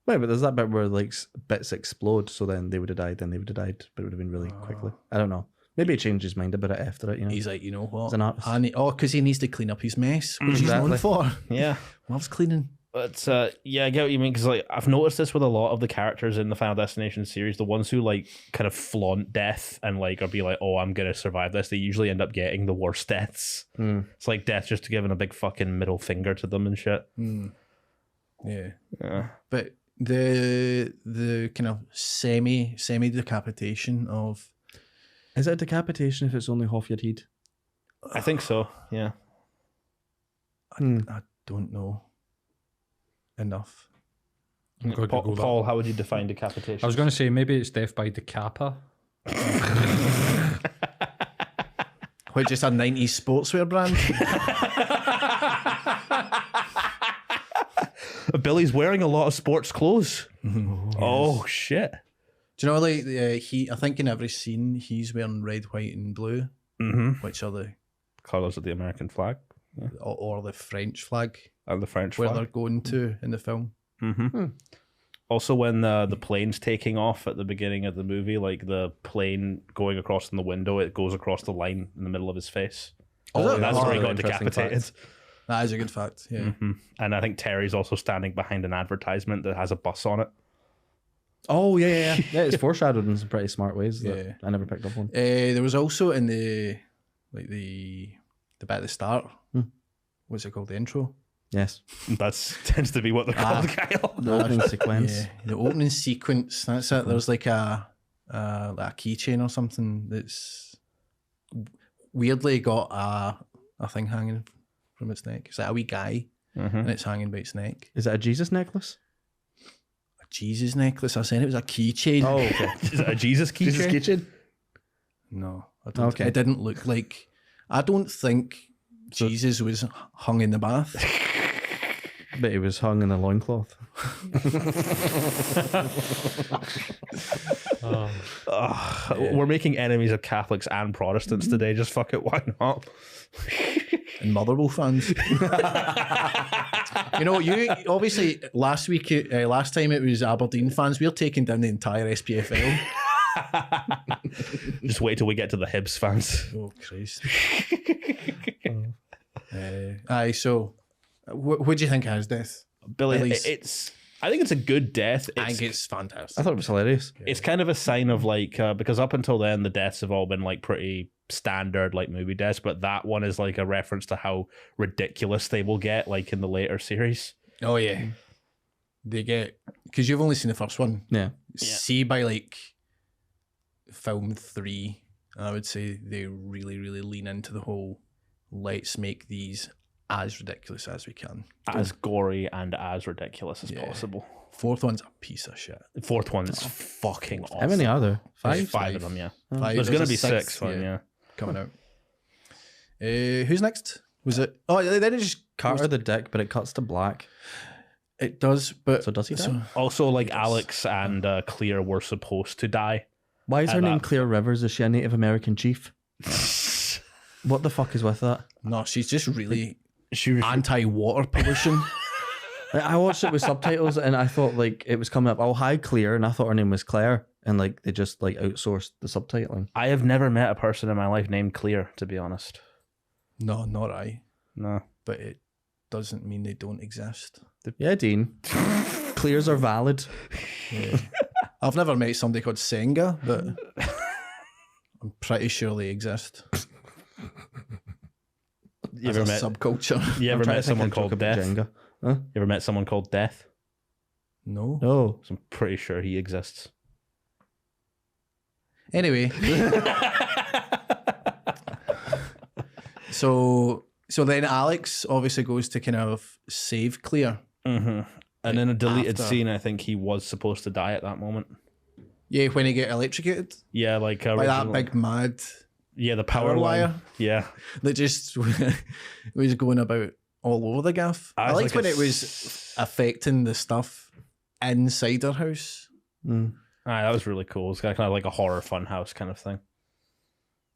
Speaker 2: Wait, but there's that bit where like s- bits explode, so then they would have died, then they would have died, but it would have been really quickly. I don't know. Maybe he changed his mind a bit after it, you know.
Speaker 3: He's like, you know what?
Speaker 2: Oh. He's an artist.
Speaker 3: I need, oh, because he needs to clean up his mess, which
Speaker 2: Exactly.
Speaker 3: he's known for.
Speaker 1: Yeah,
Speaker 3: Loves cleaning.
Speaker 1: but uh, yeah, I get what you mean. Because like I've noticed this with a lot of the characters in the Final Destination series. The ones who like kind of flaunt death and like or be like, "Oh, I'm gonna survive this," they usually end up getting the worst deaths.
Speaker 2: Hmm.
Speaker 1: It's like death just giving a big fucking middle finger to them and shit.
Speaker 3: Hmm. Yeah.
Speaker 1: Yeah.
Speaker 3: But the the kind of semi semi decapitation of
Speaker 2: Is it a decapitation if it's only half your head?
Speaker 1: I think so. Yeah.
Speaker 2: Hmm.
Speaker 3: I don't know enough.
Speaker 6: I'm gonna
Speaker 1: Paul,
Speaker 6: Google that.
Speaker 1: Paul, how would you define decapitation?
Speaker 6: I was going to say maybe it's death by decapper.
Speaker 3: Which just a nineties sportswear brand.
Speaker 1: Billy's wearing a lot of sports clothes. Oh shit!
Speaker 3: Do you know like the, uh, he? I think in every scene he's wearing red, white, and blue,
Speaker 1: Mm-hmm.
Speaker 3: which are the
Speaker 1: Colors of the American flag
Speaker 3: or, or the French flag
Speaker 1: and the French
Speaker 3: where
Speaker 1: flag.
Speaker 3: they're going to in the film.
Speaker 1: Mm-hmm.
Speaker 2: Hmm.
Speaker 1: Also, when uh, the the plane's taking off at the beginning of the movie, like the plane going across in the window, it goes across the line in the middle of his face.
Speaker 3: Is
Speaker 1: Oh,
Speaker 3: it?
Speaker 1: that's
Speaker 3: Oh,
Speaker 1: where he got
Speaker 2: really interesting
Speaker 1: decapitated.
Speaker 3: That is a good fact. Yeah.
Speaker 1: hmm And I think Terry's also standing behind an advertisement that has a bus on it.
Speaker 2: Oh yeah, yeah, yeah. yeah it's foreshadowed in some pretty smart ways. That
Speaker 3: Yeah.
Speaker 2: I never picked up on.
Speaker 3: Uh, there was also in the like the the bit at the start.
Speaker 1: Mm.
Speaker 2: Hmm.
Speaker 3: What's it called? The intro.
Speaker 2: Yes,
Speaker 1: That's tends to be what they're
Speaker 3: Ah.
Speaker 1: called, Kyle.
Speaker 2: the opening sequence.
Speaker 3: Yeah, the opening sequence. That's it. There's like a uh, like a keychain or something that's weirdly got a a thing hanging from its neck. It's like a wee guy
Speaker 1: Mhm.
Speaker 3: and it's hanging by its neck.
Speaker 2: Is it a Jesus necklace?
Speaker 3: A Jesus necklace. I said it was a keychain.
Speaker 2: Oh, okay.
Speaker 1: Is it a Jesus keychain?
Speaker 2: Jesus kitchen.
Speaker 3: no, I don't.
Speaker 2: Okay.
Speaker 3: It didn't look like. I don't think Jesus was hung in the bath.
Speaker 2: But it was hung in a loincloth.
Speaker 6: Um,
Speaker 1: Ugh, We're making enemies of Catholics and Protestants today. Just fuck it. Why not?
Speaker 3: and Motherwell fans. you know, you obviously last week, uh, last time it was Aberdeen fans. We're taking down the entire SPFL.
Speaker 1: Just wait till we get to the Hibs fans.
Speaker 3: oh Christ! uh, aye, so wh- what do you think of his death? At
Speaker 1: Billy,
Speaker 3: least-
Speaker 1: it- it's. I think it's a good death.
Speaker 3: I
Speaker 1: It's,
Speaker 3: think it's
Speaker 2: I
Speaker 3: fantastic.
Speaker 2: thought it was hilarious.
Speaker 1: it's kind of a sign of like uh, because up until then the deaths have all been like pretty standard like movie deaths, but that one is like a reference to how ridiculous they will get like in the later series.
Speaker 3: Oh yeah,
Speaker 1: Mm.
Speaker 3: they get because you've only seen the first one.
Speaker 2: Yeah.
Speaker 3: See by like film three, I would say they really, really lean into the whole. Let's make these as ridiculous as we can.
Speaker 1: As gory and as ridiculous as
Speaker 3: Yeah.
Speaker 1: possible.
Speaker 3: Fourth one's a piece of shit.
Speaker 1: The fourth one is fucking awesome.
Speaker 2: How many are there?
Speaker 1: There's
Speaker 2: Five.
Speaker 1: five, of them, yeah.
Speaker 3: Five,
Speaker 1: There's going to
Speaker 3: a
Speaker 1: be
Speaker 3: sixth,
Speaker 1: six, one, yeah.
Speaker 3: coming out. Uh, who's next? Was it? Oh, then it just
Speaker 2: Carter the dick, but it cuts to black.
Speaker 3: It does, but
Speaker 2: So does he die?
Speaker 1: Also, like Alex and uh, Clear were supposed to die.
Speaker 2: Why is her
Speaker 1: And
Speaker 2: name
Speaker 1: that-
Speaker 2: Clear Rivers? Is she a Native American chief? What the fuck is with that?
Speaker 3: no, she's just really
Speaker 1: She was
Speaker 3: anti-water pollution.
Speaker 2: Like, I watched it with subtitles and I thought like it was coming up. Oh hi Clear, and I thought her name was Claire, and like they just like outsourced the subtitling.
Speaker 1: I have never met a person in my life named Clear, to be honest.
Speaker 3: no, not I.
Speaker 1: No.
Speaker 3: But it doesn't mean they don't exist.
Speaker 2: Yeah, Dean. Clears are valid.
Speaker 3: Yeah. I've never met somebody called Senga, but I'm pretty sure they exist
Speaker 1: You
Speaker 3: as
Speaker 1: ever
Speaker 3: a
Speaker 1: met,
Speaker 3: subculture.
Speaker 1: you ever
Speaker 2: I'm trying
Speaker 1: met
Speaker 2: to think
Speaker 1: someone
Speaker 2: of a joke
Speaker 1: called
Speaker 2: about
Speaker 1: Death? You
Speaker 2: Jenga. Huh?
Speaker 1: ever met someone called Death?
Speaker 3: No.
Speaker 2: No.
Speaker 1: 'Cause I'm pretty sure he exists.
Speaker 3: Anyway,
Speaker 1: Mm-hmm.
Speaker 3: so so then Alex obviously goes to kind of save Clear.
Speaker 1: hmm And in a deleted
Speaker 3: After.
Speaker 1: scene, I think he was supposed to die at that moment.
Speaker 3: Yeah, when he get electrocuted
Speaker 1: Yeah, like uh,
Speaker 3: by that
Speaker 1: original-
Speaker 3: big mad
Speaker 1: yeah, the
Speaker 3: power,
Speaker 1: power, line.
Speaker 3: wire
Speaker 1: Yeah,
Speaker 3: that just was going about all over the gaff. I,
Speaker 1: was
Speaker 3: liked
Speaker 1: Ah, like
Speaker 3: when
Speaker 1: a
Speaker 3: it was
Speaker 1: s-
Speaker 3: affecting the stuff inside her house.
Speaker 2: Mm.
Speaker 1: Ah, that was really cool. It's kind of like a horror fun house kind of thing.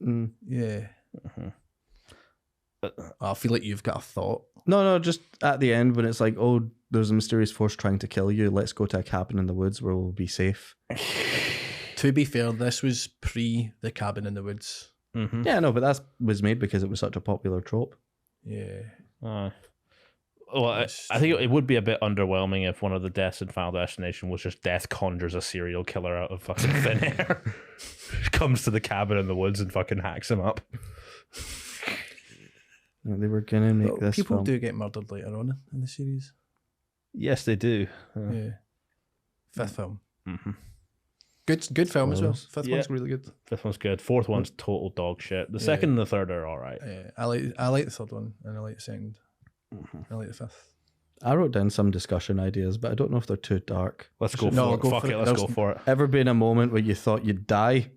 Speaker 2: Mm.
Speaker 3: Yeah.
Speaker 1: Mhm.
Speaker 3: I feel like you've got a thought.
Speaker 2: No, no, just at the end when it's like, oh, there's a mysterious force trying to kill you. Let's go to a cabin in the woods where we'll be safe.
Speaker 3: To be fair, this was pre the cabin in the woods.
Speaker 1: Mm-hmm.
Speaker 3: Mm.
Speaker 2: Yeah, no, but that was made because it was such a popular trope.
Speaker 3: Yeah.
Speaker 1: Uh, well, I,
Speaker 3: That's
Speaker 1: I think it would be a bit underwhelming if one of the deaths in Final Destination was just Death conjures a serial killer out of fucking thin air, comes to the cabin in the woods and fucking hacks him up.
Speaker 2: No, they were gonna make
Speaker 3: Well,
Speaker 2: this
Speaker 3: people
Speaker 2: film.
Speaker 3: do get murdered later on in the series.
Speaker 1: Yes, they do.
Speaker 3: Yeah. Fifth film.
Speaker 1: Mm-hmm.
Speaker 3: Good good film as well.
Speaker 2: Spoilers.
Speaker 3: Fifth
Speaker 1: Yeah.
Speaker 3: one's really good.
Speaker 1: This one's good. Fourth one's total dog shit. The
Speaker 3: Yeah.
Speaker 1: second and the third are all right.
Speaker 3: Yeah. I like I like the third one and I like the 2nd I like the fifth.
Speaker 2: I wrote down some discussion ideas, but I don't know if they're too dark.
Speaker 1: Let's go
Speaker 3: No,
Speaker 1: for it.
Speaker 3: go
Speaker 1: Fuck
Speaker 3: for
Speaker 1: it.
Speaker 3: it.
Speaker 1: Let's
Speaker 3: That
Speaker 1: go
Speaker 3: was-
Speaker 1: for it.
Speaker 2: Ever been a moment where you thought you'd die?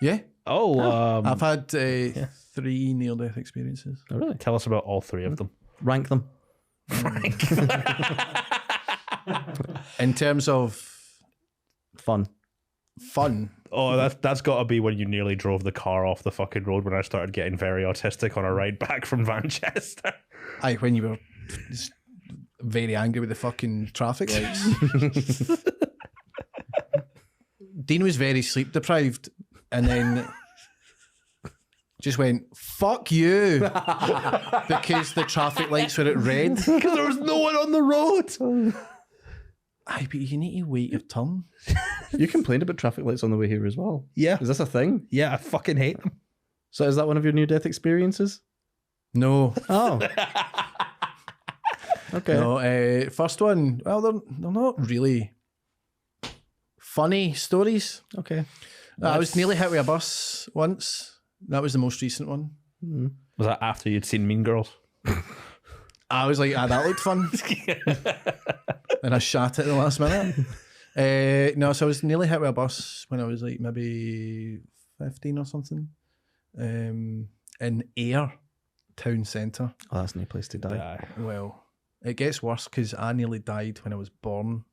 Speaker 3: Yeah.
Speaker 1: Oh, um,
Speaker 3: I've had uh, three near death experiences.
Speaker 1: really? Tell us about all three of them.
Speaker 2: Rank them.
Speaker 3: In terms of
Speaker 2: Fun.
Speaker 3: fun.
Speaker 1: Oh, that's that's got to be when you nearly drove the car off the fucking road when I started getting very autistic on a ride back from Manchester.
Speaker 3: Aye, when you were just very angry with the fucking traffic lights. Dean was very sleep deprived and then just went, fuck you. because the traffic lights were at red.
Speaker 1: Because there was no one on the road.
Speaker 3: Aye, but you need to wait your turn.
Speaker 2: You complained about traffic lights on the way here as well.
Speaker 1: Yeah,
Speaker 2: Is this a thing?
Speaker 1: yeah, I fucking hate them.
Speaker 2: So is that one of your near death experiences?
Speaker 3: No,
Speaker 2: Oh. okay.
Speaker 3: no. Uh, first one, well, they're, they're not really funny stories.
Speaker 2: Okay.
Speaker 3: I was nearly hit with a bus once. That was the most recent one.
Speaker 1: Was that after you'd seen Mean Girls?
Speaker 3: I was like, ah, that looked fun. and I shot it at the last minute. Uh, no, so I was nearly hit with a bus when I was like maybe 15 or something um, in Ayr town centre.
Speaker 2: Oh, that's no place to die.
Speaker 3: Well, it gets worse because I nearly died when I was born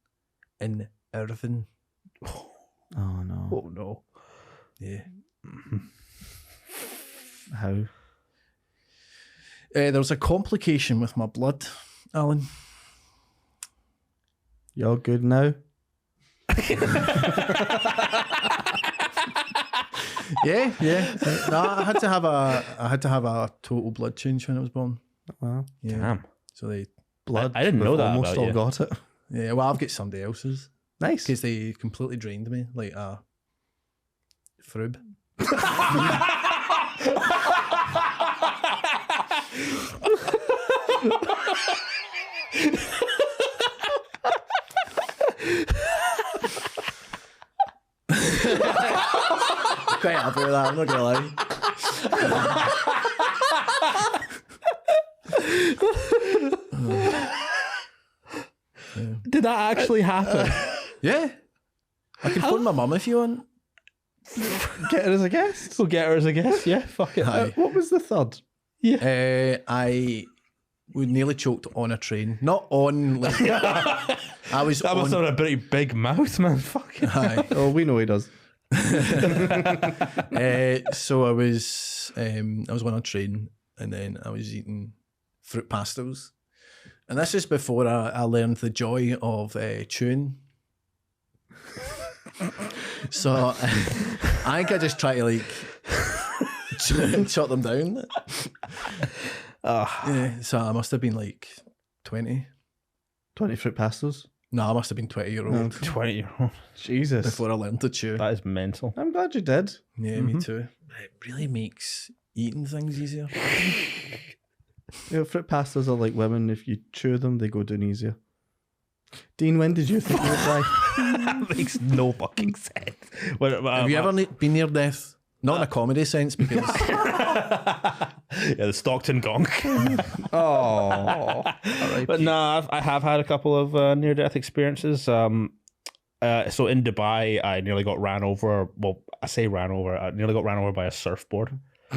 Speaker 3: in Irvine.
Speaker 2: Oh no.
Speaker 1: Oh no.
Speaker 3: Yeah.
Speaker 2: How?
Speaker 3: Uh, there was a complication with my blood, Alan.
Speaker 2: Y'all good now?
Speaker 3: Yeah, yeah. no, I had to have a I had to have a total blood change when I was born.
Speaker 2: Wow.
Speaker 3: Yeah.
Speaker 1: Damn.
Speaker 3: So they
Speaker 2: Blood.
Speaker 1: I didn't know
Speaker 2: We've
Speaker 1: that
Speaker 2: Almost
Speaker 1: about
Speaker 2: all
Speaker 1: you.
Speaker 2: got it.
Speaker 3: Yeah, well, I've got somebody else's
Speaker 2: Nice.
Speaker 3: because they completely drained me like a frub.
Speaker 2: Quite happy with that. I'm not gonna lie.
Speaker 1: Did that
Speaker 2: Uh,
Speaker 1: actually happen?
Speaker 3: Yeah, I can phone my mum if you want.
Speaker 2: uh, Get it as a guest.
Speaker 1: we'll get her as a guest. Yeah, fuck it.
Speaker 2: Uh,
Speaker 3: Aye.
Speaker 2: what was the third?
Speaker 3: Uh, I was nearly choked on a train, not on. Like, I was
Speaker 1: That must
Speaker 3: on.
Speaker 1: have been a pretty big mouth, man. Fucking.
Speaker 3: Aye.
Speaker 2: Oh, we know he does.
Speaker 3: Uh, so I was um, I was on a train and then I was eating fruit pastels, and this is before I, I learned the joy of uh, chewing. so I think I just try to like ch- chop them down.
Speaker 1: Ah.
Speaker 3: Yeah, so I must have been like twenty.
Speaker 2: Twenty fruit pastels.
Speaker 3: No, I must have been twenty year old
Speaker 1: 20 year old.
Speaker 2: Jesus.
Speaker 3: before I learned to chew.
Speaker 1: That is mental.
Speaker 2: I'm glad you did.
Speaker 3: yeah, me too. It really makes eating things easier.
Speaker 2: You know, fruit pastas are like women. If you chew them, they go down easier. Dean, when did you think you would die?
Speaker 1: that makes no fucking sense. When,
Speaker 3: Have you ever ne- been near death? Not
Speaker 1: Uh,
Speaker 3: in a comedy sense, because
Speaker 1: yeah, the Stockton gong.
Speaker 2: Oh,
Speaker 1: but no, I've, I have had a couple of uh, near death experiences. Um, uh, so in Dubai, I nearly got ran over. Well, I say ran over. I nearly got ran over by a surfboard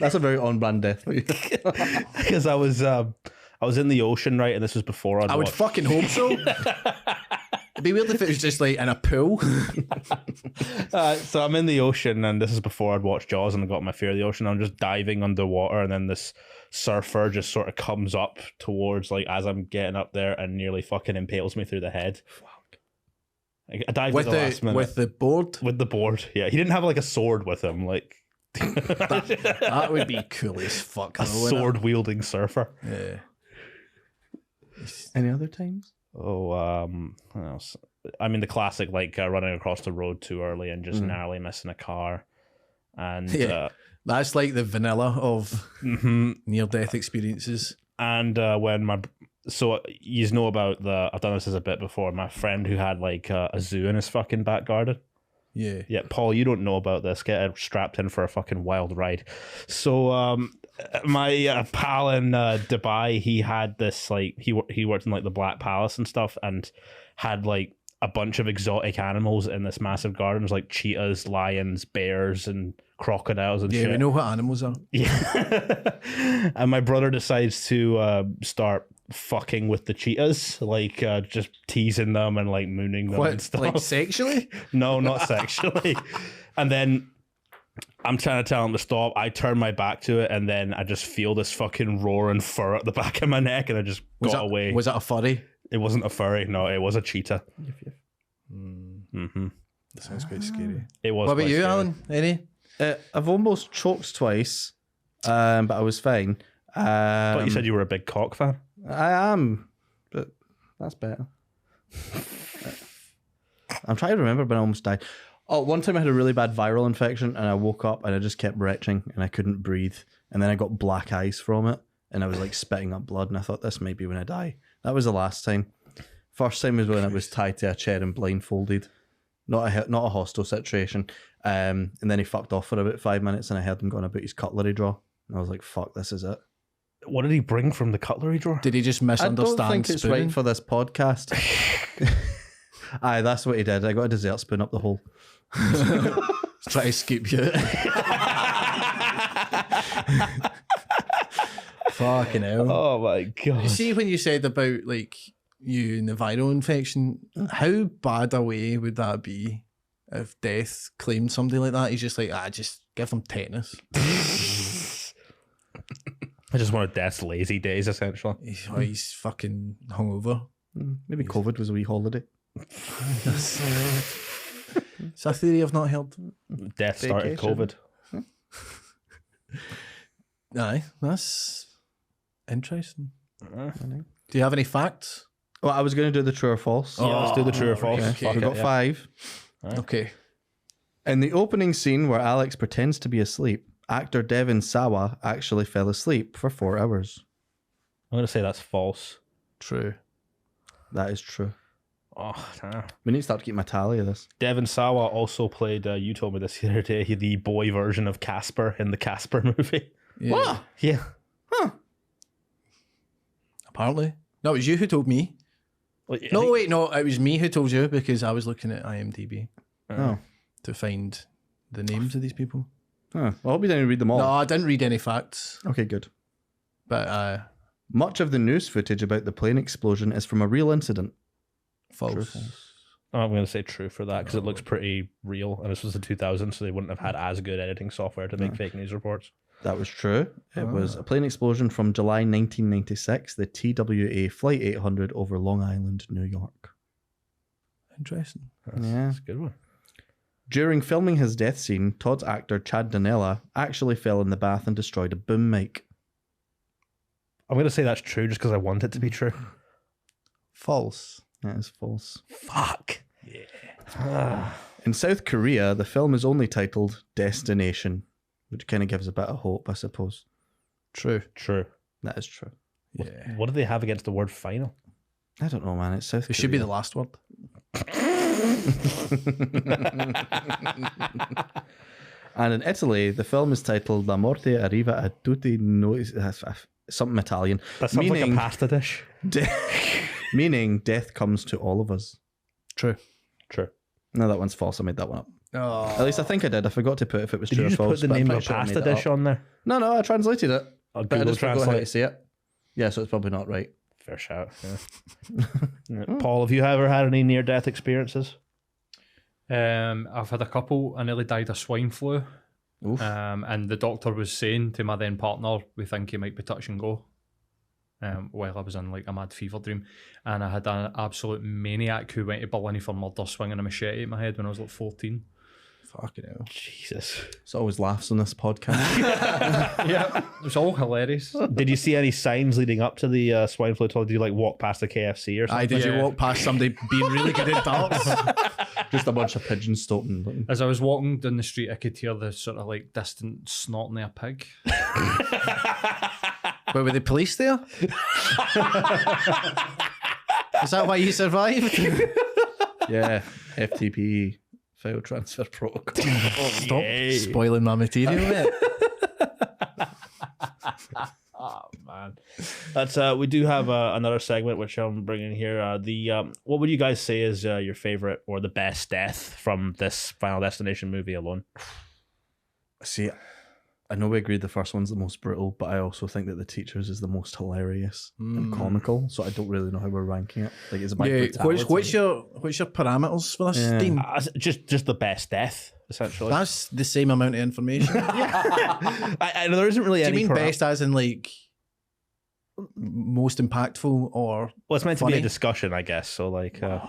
Speaker 2: that's a very on-brand death. for you.
Speaker 1: because I was um, I was in the ocean, right? And this was before I'd
Speaker 3: I would
Speaker 1: watched-
Speaker 3: fucking hope so. It'd be weird if it was just like in a pool.
Speaker 1: Uh, so I'm in the ocean, and this is before I'd watched Jaws and I got my fear of the ocean. I'm just diving underwater, and then this surfer just sort of comes up towards, like, as I'm getting up there and nearly fucking impales me through the head. I, I dived
Speaker 3: with
Speaker 1: at the last
Speaker 3: the
Speaker 1: minute.
Speaker 3: with the board.
Speaker 1: with the board. Yeah, he didn't have, like, a sword with him. Like,
Speaker 3: That would be cool as fuck.
Speaker 1: a
Speaker 3: though, wouldn't
Speaker 1: sword wielding surfer.
Speaker 3: it?
Speaker 2: Any other times?
Speaker 1: Oh, um, what else? I mean, the classic, like, uh, running across the road too early and just narrowly missing a car. And,
Speaker 3: Mm. Yeah.
Speaker 1: uh,
Speaker 3: That's like the vanilla of
Speaker 1: mhm.
Speaker 3: near death experiences.
Speaker 1: and uh, when my so you know about the I've done this as a bit before. My friend who had like uh, a zoo in his fucking back garden.
Speaker 3: Yeah.
Speaker 1: Yeah, Paul, you don't know about this. Get it strapped in for a fucking wild ride. So um, my uh, pal in uh, Dubai, he had this like he wor- he worked in like the Black Palace and stuff, and had like a bunch of exotic animals in this massive garden. It was like cheetahs, lions, bears, and crocodiles and
Speaker 3: Yeah,
Speaker 1: shit.
Speaker 3: we know what animals are.
Speaker 1: Yeah. and my brother decides to uh, start fucking with the cheetahs, like uh, just teasing them and like mooning them and
Speaker 3: What,
Speaker 1: stuff.
Speaker 3: like sexually?
Speaker 1: No, not sexually. and then I'm trying to tell him to stop. I turn my back to it, and then I just feel this fucking roar and fur at the back of my neck, and I just
Speaker 3: Was
Speaker 1: got
Speaker 3: that,
Speaker 1: away.
Speaker 3: Was that a furry?
Speaker 1: it wasn't a furry, no, it was a cheetah. hmm
Speaker 3: That sounds quite scary.
Speaker 1: It was.
Speaker 3: What about
Speaker 1: Mm. quite
Speaker 3: you,
Speaker 1: scary.
Speaker 3: Alan? Any?
Speaker 2: Uh, I've almost choked twice, um, but I was fine. Um,
Speaker 1: But you said you were a big cock fan.
Speaker 2: I am, but that's better. I'm trying to remember, but I almost died. Oh, one time I had a really bad viral infection, and I woke up and I just kept retching and I couldn't breathe, and then I got black eyes from it, and I was like spitting up blood, and I thought this may be when I die. That was the last time. First time was when I was tied to a chair and blindfolded, not a not a hostile situation. Um, and then he fucked off for about five minutes, and I heard him going about his cutlery drawer, and I was like, "Fuck, this is it."
Speaker 1: What did he bring from the cutlery drawer?
Speaker 3: Did he just
Speaker 2: I
Speaker 3: misunderstand?
Speaker 2: don't think it's
Speaker 3: spooning?
Speaker 2: right for this podcast. Aye, that's what he did. I got a dessert spoon up the hole.
Speaker 3: Try to skip you. Fucking hell.
Speaker 1: Oh my god!
Speaker 3: See when you said about like you and the viral infection, how bad a way would that be if death claimed somebody like that? He's just like, ah, just give them tetanus.
Speaker 1: I just want to death's lazy days, essentially.
Speaker 3: He's, oh, he's fucking hungover.
Speaker 2: Mm, Maybe COVID was a wee holiday.
Speaker 3: It's a theory I've not heard.
Speaker 1: Death started
Speaker 2: Vacation.
Speaker 1: COVID.
Speaker 3: Aye, that's interesting.
Speaker 2: I know.
Speaker 3: Do you have any facts?
Speaker 2: Well, Oh, I was going to do the true or false.
Speaker 1: yeah, let's do the true or false.
Speaker 3: okay,
Speaker 1: Fuck
Speaker 2: we
Speaker 1: it,
Speaker 2: got
Speaker 1: yeah.
Speaker 2: five.
Speaker 3: Okay.
Speaker 2: In the opening scene where Alex pretends to be asleep, actor Devin Sawa actually fell asleep for four hours.
Speaker 1: I'm gonna say that's false.
Speaker 3: True.
Speaker 2: That is true.
Speaker 1: Oh, damn.
Speaker 2: We need to start keeping a tally of this.
Speaker 1: Devin Sawa also played. Uh, you told me this the other day. The boy version of Casper in the Casper movie.
Speaker 3: Yeah.
Speaker 1: Yeah,
Speaker 3: Apparently. No, it was you who told me.
Speaker 1: Well, I
Speaker 3: No,
Speaker 1: think-
Speaker 3: wait, no, it was me who told you because I was looking at IMDb
Speaker 1: uh,
Speaker 2: Oh.
Speaker 3: to find the names of these people.
Speaker 2: Huh. Well, I hope you didn't read them all.
Speaker 3: No, I didn't read any facts,
Speaker 2: Okay, good.
Speaker 3: but uh,
Speaker 2: Much of the news footage about the plane explosion is from a real incident.
Speaker 3: false.
Speaker 1: I'm gonna say true for that because it looks pretty real, and this was the 2000s, so they wouldn't have had as good editing software to make fake news reports.
Speaker 2: That was true. It was a plane explosion from July 1996, the TWA Flight 800 over Long Island, New York.
Speaker 3: Interesting.
Speaker 2: Yeah.
Speaker 1: That's a good one.
Speaker 2: During filming his death scene, Todd's actor Chad Danella actually fell in the bath and destroyed a boom mic.
Speaker 1: I'm gonna say that's true just because I want it to be true.
Speaker 3: False.
Speaker 2: That is false.
Speaker 1: Fuck.
Speaker 2: In South Korea, the film is only titled Destination, which kind of gives a bit of hope, I suppose.
Speaker 3: True.
Speaker 1: True.
Speaker 2: That is true.
Speaker 3: Yeah.
Speaker 1: What do they have against the word final?
Speaker 2: I don't know, man. It's South
Speaker 3: It
Speaker 2: Korea.
Speaker 3: should be the last word.
Speaker 2: And in Italy, the film is titled La Morte Arriva a Tutti Noi. Something Italian.
Speaker 1: That sounds like a
Speaker 2: Meaning-
Speaker 1: pasta dish.
Speaker 2: De- meaning death comes to all of us.
Speaker 3: True.
Speaker 1: True.
Speaker 2: No, that one's false. I made that one up.
Speaker 3: Oh.
Speaker 2: At least I think I did. I forgot to put if it was
Speaker 1: Did
Speaker 2: true
Speaker 1: you
Speaker 2: or
Speaker 1: just put
Speaker 2: false.
Speaker 1: the
Speaker 2: but I'm
Speaker 1: name of a
Speaker 2: pretty sure I made
Speaker 1: pasta
Speaker 2: that
Speaker 1: dish
Speaker 2: up.
Speaker 1: on Oh. there?
Speaker 2: No, no, I translated it.
Speaker 1: I'll
Speaker 2: But I
Speaker 1: Google
Speaker 2: just forgot how to
Speaker 1: Translate.
Speaker 2: say it. Yeah, so it's probably not right.
Speaker 1: Fair shout. yeah.
Speaker 3: Hmm.
Speaker 1: Yeah. Paul, have you ever had any near death experiences?
Speaker 6: Um, I've had a couple. I nearly died of swine flu.
Speaker 2: Oof.
Speaker 6: Um, and the doctor was saying to my then partner, we think he might be touch and go. Um, while I was in like a mad fever dream, and I had an absolute maniac who went to Berlin for murder, swinging a machete at my head when I was like fourteen.
Speaker 3: Fucking hell.
Speaker 1: Jesus.
Speaker 2: It's always laughs on this podcast.
Speaker 6: yeah, it was all hilarious.
Speaker 1: Did you see any signs leading up to the uh, swine flu? Did you like walk past the KFC or something?
Speaker 3: I did you
Speaker 6: Yeah.
Speaker 3: walk past somebody being really good at darts?
Speaker 2: Just a bunch of pigeons stopping.
Speaker 6: As I was walking down the street, I could hear the sort of like distant snorting of a pig.
Speaker 3: Wait, were the police there? Is that why you survived?
Speaker 2: Yeah, FTP file E, transfer protocol.
Speaker 3: Stop spoiling my material. mate.
Speaker 1: That's uh, we do have uh, another segment which I'm bringing here. Uh, the um, what would you guys say is uh, your favorite or the best death from this Final Destination movie alone?
Speaker 2: See, I know we agreed the first one's the most brutal, but I also think that the teachers is the most hilarious and
Speaker 3: Mm.
Speaker 2: comical. So I don't really know how we're ranking it. Like, is it by
Speaker 3: Yeah,
Speaker 2: brutality?
Speaker 3: what's, what's your what's your parameters for this?
Speaker 2: Yeah.
Speaker 3: Dean?
Speaker 1: Uh, just just the best death essentially.
Speaker 3: That's the same amount of information.
Speaker 1: I, I, there isn't really
Speaker 3: Do you
Speaker 1: any.
Speaker 3: mean
Speaker 1: para-
Speaker 3: best as in like most impactful or
Speaker 1: Well, it's meant to be
Speaker 3: funny?
Speaker 1: a discussion, I guess. So like, uh,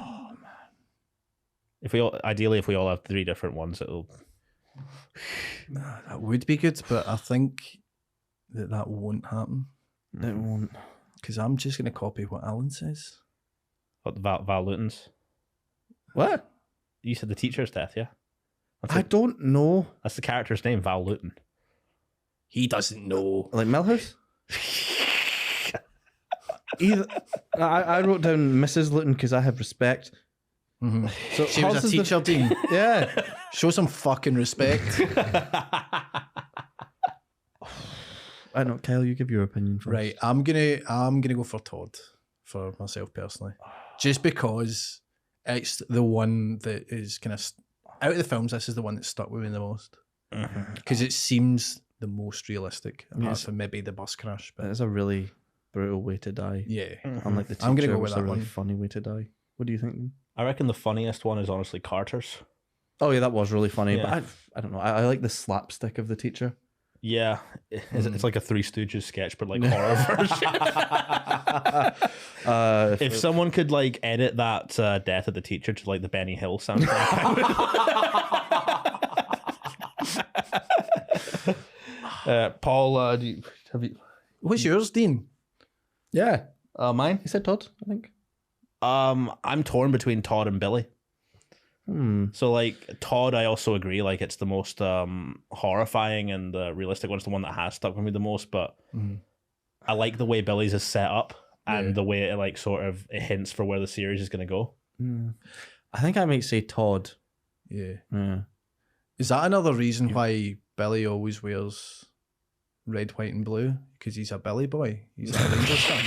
Speaker 1: if we all ideally, if we all have three different ones, it'll.
Speaker 3: that would be good, but I think that that won't happen
Speaker 2: It won't.
Speaker 3: because I'm just going to copy what Alan says.
Speaker 1: What Val, Val Luton's?
Speaker 2: What?
Speaker 1: You said the teacher's death, yeah. That's,
Speaker 2: I
Speaker 1: it.
Speaker 2: don't know.
Speaker 1: that's the character's name, Val Luton.
Speaker 3: He doesn't know.
Speaker 2: Like Millhouse? Either I, I wrote down Mrs. Luton because I have respect. So
Speaker 3: She was Mm-hmm. a
Speaker 2: Hobbs is the-
Speaker 3: teacher, Dean.
Speaker 2: yeah.
Speaker 3: Show some fucking respect.
Speaker 2: I know, Kyle, you give your opinion first.
Speaker 3: right, I'm gonna I'm gonna go for Todd for myself personally, just because it's the one that is kind of out of the films. This is the one that stuck with me the most
Speaker 1: Ah.
Speaker 3: because it seems the most realistic, apart
Speaker 2: Yes. Uh,
Speaker 3: from maybe the bus crash. But
Speaker 2: That is a really brutal way to die.
Speaker 3: yeah,
Speaker 1: mm.
Speaker 2: Unlike the teacher,
Speaker 3: I'm gonna go
Speaker 2: it
Speaker 3: with
Speaker 2: was
Speaker 3: that
Speaker 2: a really
Speaker 3: one.
Speaker 2: funny way to die. What do you think? Dean?
Speaker 1: I reckon the funniest one is honestly Carter's.
Speaker 2: Oh yeah, that was really funny.
Speaker 1: Yeah.
Speaker 2: But I, I don't know. I, I like the slapstick of the teacher.
Speaker 1: Yeah, it's, it's like a Three Stooges sketch, but like horror version.
Speaker 2: Uh,
Speaker 1: if someone could like edit that uh, death of the teacher to like the Benny Hill soundtrack. uh, Paul, uh, do you, have you?
Speaker 3: what's yours, Dean?
Speaker 2: yeah,
Speaker 1: Uh, mine.
Speaker 2: he said Todd. I think.
Speaker 1: Um, I'm torn between Todd and Billy.
Speaker 2: Hmm.
Speaker 1: So like Todd, I also agree. Like it's the most um horrifying and the realistic one's the one that has stuck with me the most. But
Speaker 3: Mhm.
Speaker 1: I like the way Billy's is set up and
Speaker 3: Yeah.
Speaker 1: the way it like sort of it hints for where the series is gonna go.
Speaker 2: Hmm. I think I might say Todd.
Speaker 3: Yeah,
Speaker 2: Yeah.
Speaker 3: is that another reason why Billy always wears red, white, and blue? Because he's a Billy boy. He's a Rangers fan.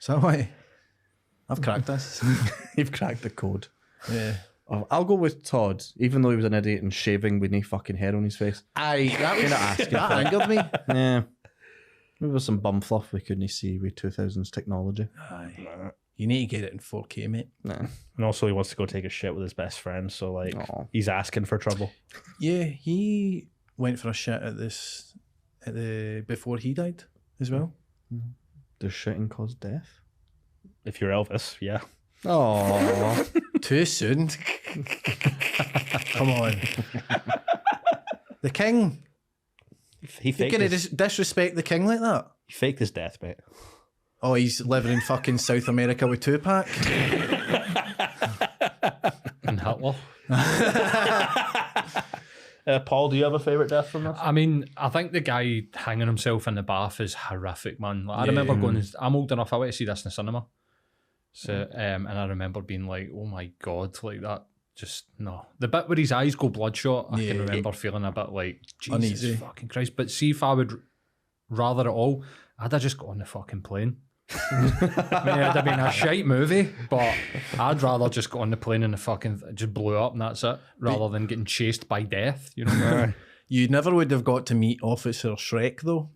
Speaker 3: Is that why? I've cracked this.
Speaker 2: You've cracked the code.
Speaker 3: yeah.
Speaker 2: Oh, I'll go with Todd, even though he was an idiot and shaving with no fucking hair on his face.
Speaker 3: I that was
Speaker 2: not asking
Speaker 3: that
Speaker 2: for
Speaker 3: angered me.
Speaker 2: yeah. Maybe it was some bum fluff we couldn't see with 2000s technology.
Speaker 3: Aye. You need to get it in 4K, mate.
Speaker 2: Nah.
Speaker 1: And also he wants to go take a shit with his best friend, so like
Speaker 2: Aw.
Speaker 1: he's asking for trouble.
Speaker 3: Yeah, he went for a shit at this at the before he died as well.
Speaker 2: Does shitting cause death?
Speaker 1: If you're Elvis, yeah.
Speaker 2: Oh,
Speaker 3: Too soon. Come on. the king.
Speaker 1: He
Speaker 3: You're
Speaker 1: faked,
Speaker 3: gonna
Speaker 1: his,
Speaker 3: dis- disrespect the king like that?
Speaker 1: he faked his death, mate.
Speaker 3: Oh, he's living in fucking South America with Tupac.
Speaker 6: and Hitler.
Speaker 1: Uh, Paul, do you have a favorite death from this?
Speaker 6: I mean, I think the guy hanging himself in the bath is horrific, man. Like, I remember going. I'm old enough. I went to see this in the cinema. So, um, and I remember being like, "Oh my god!" Like that. Just no. The bit where his eyes go bloodshot, I can
Speaker 3: Yeah.
Speaker 6: remember feeling a bit like Jesus
Speaker 3: Uneasy.
Speaker 6: fucking Christ. But see, if I would rather at all, I'd have just got on the fucking plane. I mean, it'd have been a shite movie, but I'd rather just go on the plane and the fucking just blew up and that's it, rather than getting chased by death. You know. What I mean?
Speaker 3: You never would have got to meet Officer Shrek though.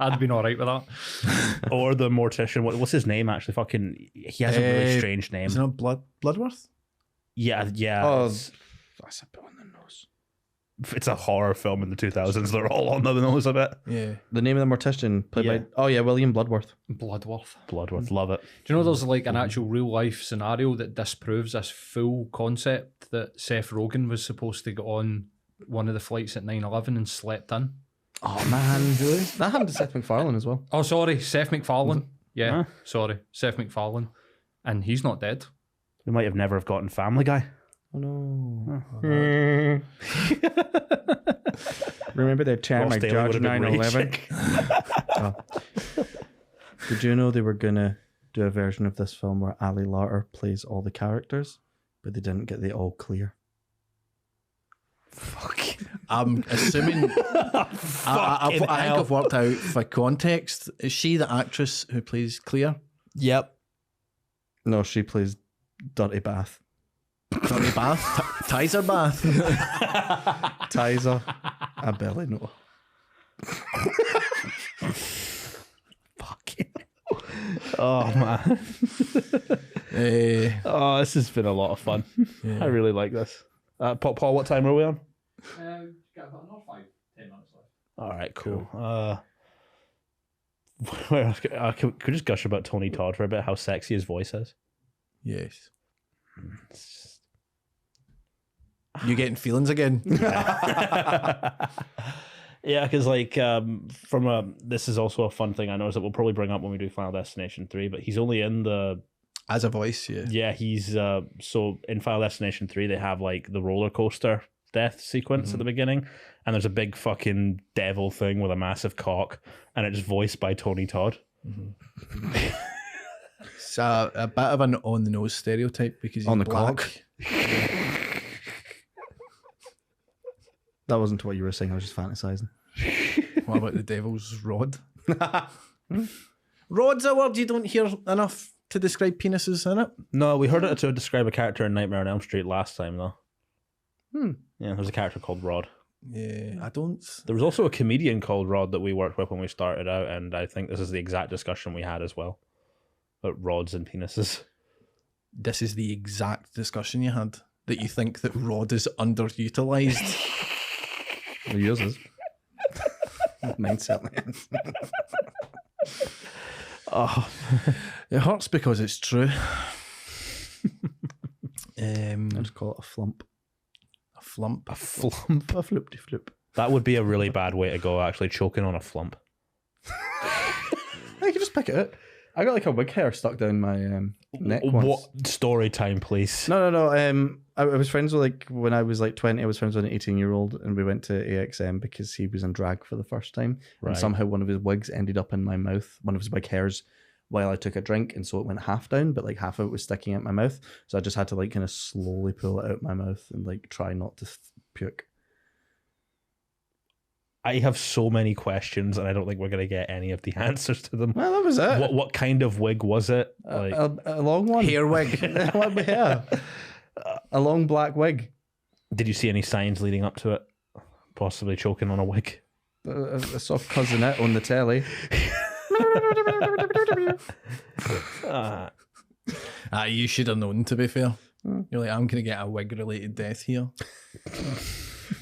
Speaker 6: I'd been all right with that.
Speaker 1: or the mortician? What, what's his name actually? Fucking, he has a really
Speaker 3: Uh,
Speaker 1: strange name.
Speaker 3: Is it not Blood Bloodworth?
Speaker 1: Yeah, yeah.
Speaker 2: Oh,
Speaker 1: it's,
Speaker 2: that's a bit on the nose.
Speaker 1: it's a horror film in the 2000s. They're all on the nose a bit.
Speaker 3: Yeah.
Speaker 2: The name of the mortician played
Speaker 1: Yeah.
Speaker 2: by oh yeah William Bloodworth.
Speaker 6: Bloodworth.
Speaker 1: Bloodworth, love it.
Speaker 6: Do you know there's like an actual real life scenario that disproves this full concept that Seth Rogen was supposed to get on one of the flights at 9 11 and slept in?
Speaker 2: Oh man, really? That happened to Seth MacFarlane as well.
Speaker 6: Oh, sorry, Seth MacFarlane. Yeah,
Speaker 1: Huh?
Speaker 6: sorry, Seth MacFarlane. And he's not dead.
Speaker 1: We might have never have gotten Family Guy.
Speaker 2: Oh no. Remember that time
Speaker 1: Ross
Speaker 2: I
Speaker 1: Taylor would
Speaker 2: judged
Speaker 1: have been
Speaker 2: 9 11?
Speaker 1: raging.
Speaker 2: Oh. Did you know they were going to do a version of this film where Ali Larter plays all the characters, but they didn't get the all clear?
Speaker 3: I'm assuming. I, I, I've-
Speaker 1: Fucking
Speaker 3: I think
Speaker 1: hell.
Speaker 3: I've worked out for context. Is she the actress who plays Clear?
Speaker 2: Yep. No, she plays Dirty Bath.
Speaker 3: Curry bath. T- Tizer bath.
Speaker 2: Tizer, a belly no.
Speaker 1: Oh man.
Speaker 3: Eh,
Speaker 1: Oh, this has been a lot of fun. I really like this. Uh, Pa- Paul, what time are we on? All right, cool. Uh, where else could, uh, could, could we just gush about Tony Todd for a bit? How sexy his voice is.
Speaker 3: yes.
Speaker 1: It's just-
Speaker 3: You getting feelings again?
Speaker 1: yeah, because like um, from a this is also a fun thing I noticed that we'll probably bring up when we do Final Destination three. But he's only in the
Speaker 3: As a voice, yeah.
Speaker 1: yeah he's uh, so in Final Destination three they have like the roller coaster death sequence at the beginning, and there's a big fucking devil thing with a massive cock, and it's voiced by Tony Todd.
Speaker 3: It's a, a bit of an on the nose stereotype because he's
Speaker 2: On the
Speaker 3: black.
Speaker 2: cock. That wasn't what you were saying. I was just fantasizing.
Speaker 3: What about the devil's rod? Rod's a word you don't hear enough to describe penises in it.
Speaker 1: No, we heard it to describe a character in Nightmare on Elm Street last time though. Hmm. Yeah, there was a character called Rod.
Speaker 3: Yeah, I don't.
Speaker 1: There was also a comedian called Rod that we worked with when we started out, and I think this is the exact discussion we had as well. About rods and penises.
Speaker 3: This is the exact discussion you had that you think that Rod is underutilized.
Speaker 2: Well, yours is. Mine certainly is.
Speaker 1: Oh,
Speaker 3: it hurts because it's true. um,
Speaker 2: I just call it a flump.
Speaker 3: a flump.
Speaker 1: a flump.
Speaker 2: A flip de flip.
Speaker 1: That would be a really bad way to go, actually, choking on a flump.
Speaker 2: I can just pick it up. I got like a wig hair stuck down my um, neck once.
Speaker 1: What story time, please?
Speaker 2: No, no, no. Um, I, I was friends with like when I was like twenty. I was friends with an eighteen-year-old, and we went to AXM because he was in drag for the first time,
Speaker 1: Right.
Speaker 2: and somehow one of his wigs ended up in my mouth. One of his wig hairs. While I took a drink, and so it went half down, but like half of it was sticking out my mouth. So I just had to like kind of slowly pull it out my mouth and like try not to th- puke.
Speaker 1: I have so many questions, and I don't think we're going to get any of the answers to them.
Speaker 2: Well, that was it.
Speaker 1: What what kind of wig was it?
Speaker 2: A-
Speaker 1: Like,
Speaker 2: a, a long one.
Speaker 3: Hair wig.
Speaker 2: What about hair? A long black wig.
Speaker 1: did you see any signs leading up to it? Possibly choking on a wig.
Speaker 2: I I saw cousinette on the telly.
Speaker 1: Ah,
Speaker 3: Ah, you should have known, to be fair. You're like, I'm going to get a wig related death here.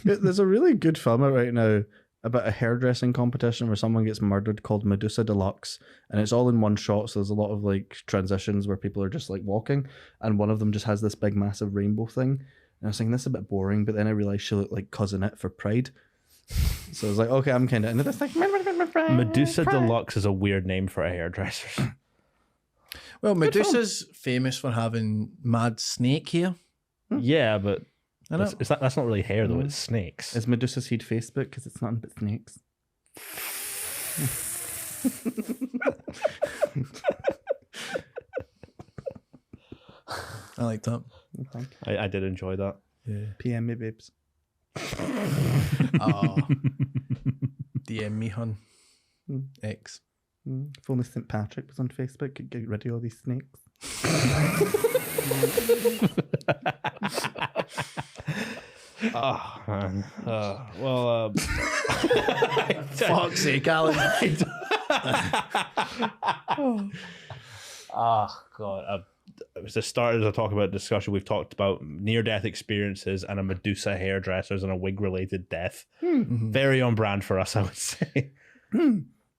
Speaker 2: Yeah, There's a really good film out right now about a hairdressing competition where someone gets murdered called Medusa Deluxe, and it's all in one shot. So there's a lot of like transitions where people are just like walking, and one of them just has this big massive rainbow thing. And I was thinking this is a bit boring, but then I realized she looked like cousinette for Pride. So I was like, okay, I'm kind of into this thing.
Speaker 1: Medusa Deluxe is a weird name for a hairdresser.
Speaker 3: Well, Medusa's famous for having mad snake hair.
Speaker 2: Hmm.
Speaker 1: yeah, but
Speaker 3: I know.
Speaker 1: that's, it's not, that's not really hair though. It's snakes.
Speaker 2: Is Medusa Seed Facebook? Because it's nothing but snakes.
Speaker 3: I like that.
Speaker 1: I, I did enjoy that.
Speaker 2: PM me, babes.
Speaker 3: Oh. DM me, hun. Hmm. X.
Speaker 2: Mm, If only St. Patrick was on Facebook, could get rid of all these snakes.
Speaker 1: Oh man. Uh, well, uh,
Speaker 3: Fuck's sake, Alan.
Speaker 1: uh, ah, god. Uh, it was the start of the talk about discussion. We've talked about near death experiences and a Medusa hairdressers and a wig related death.
Speaker 3: Mm-hmm.
Speaker 1: Very on brand for us, I would say.
Speaker 2: Oh,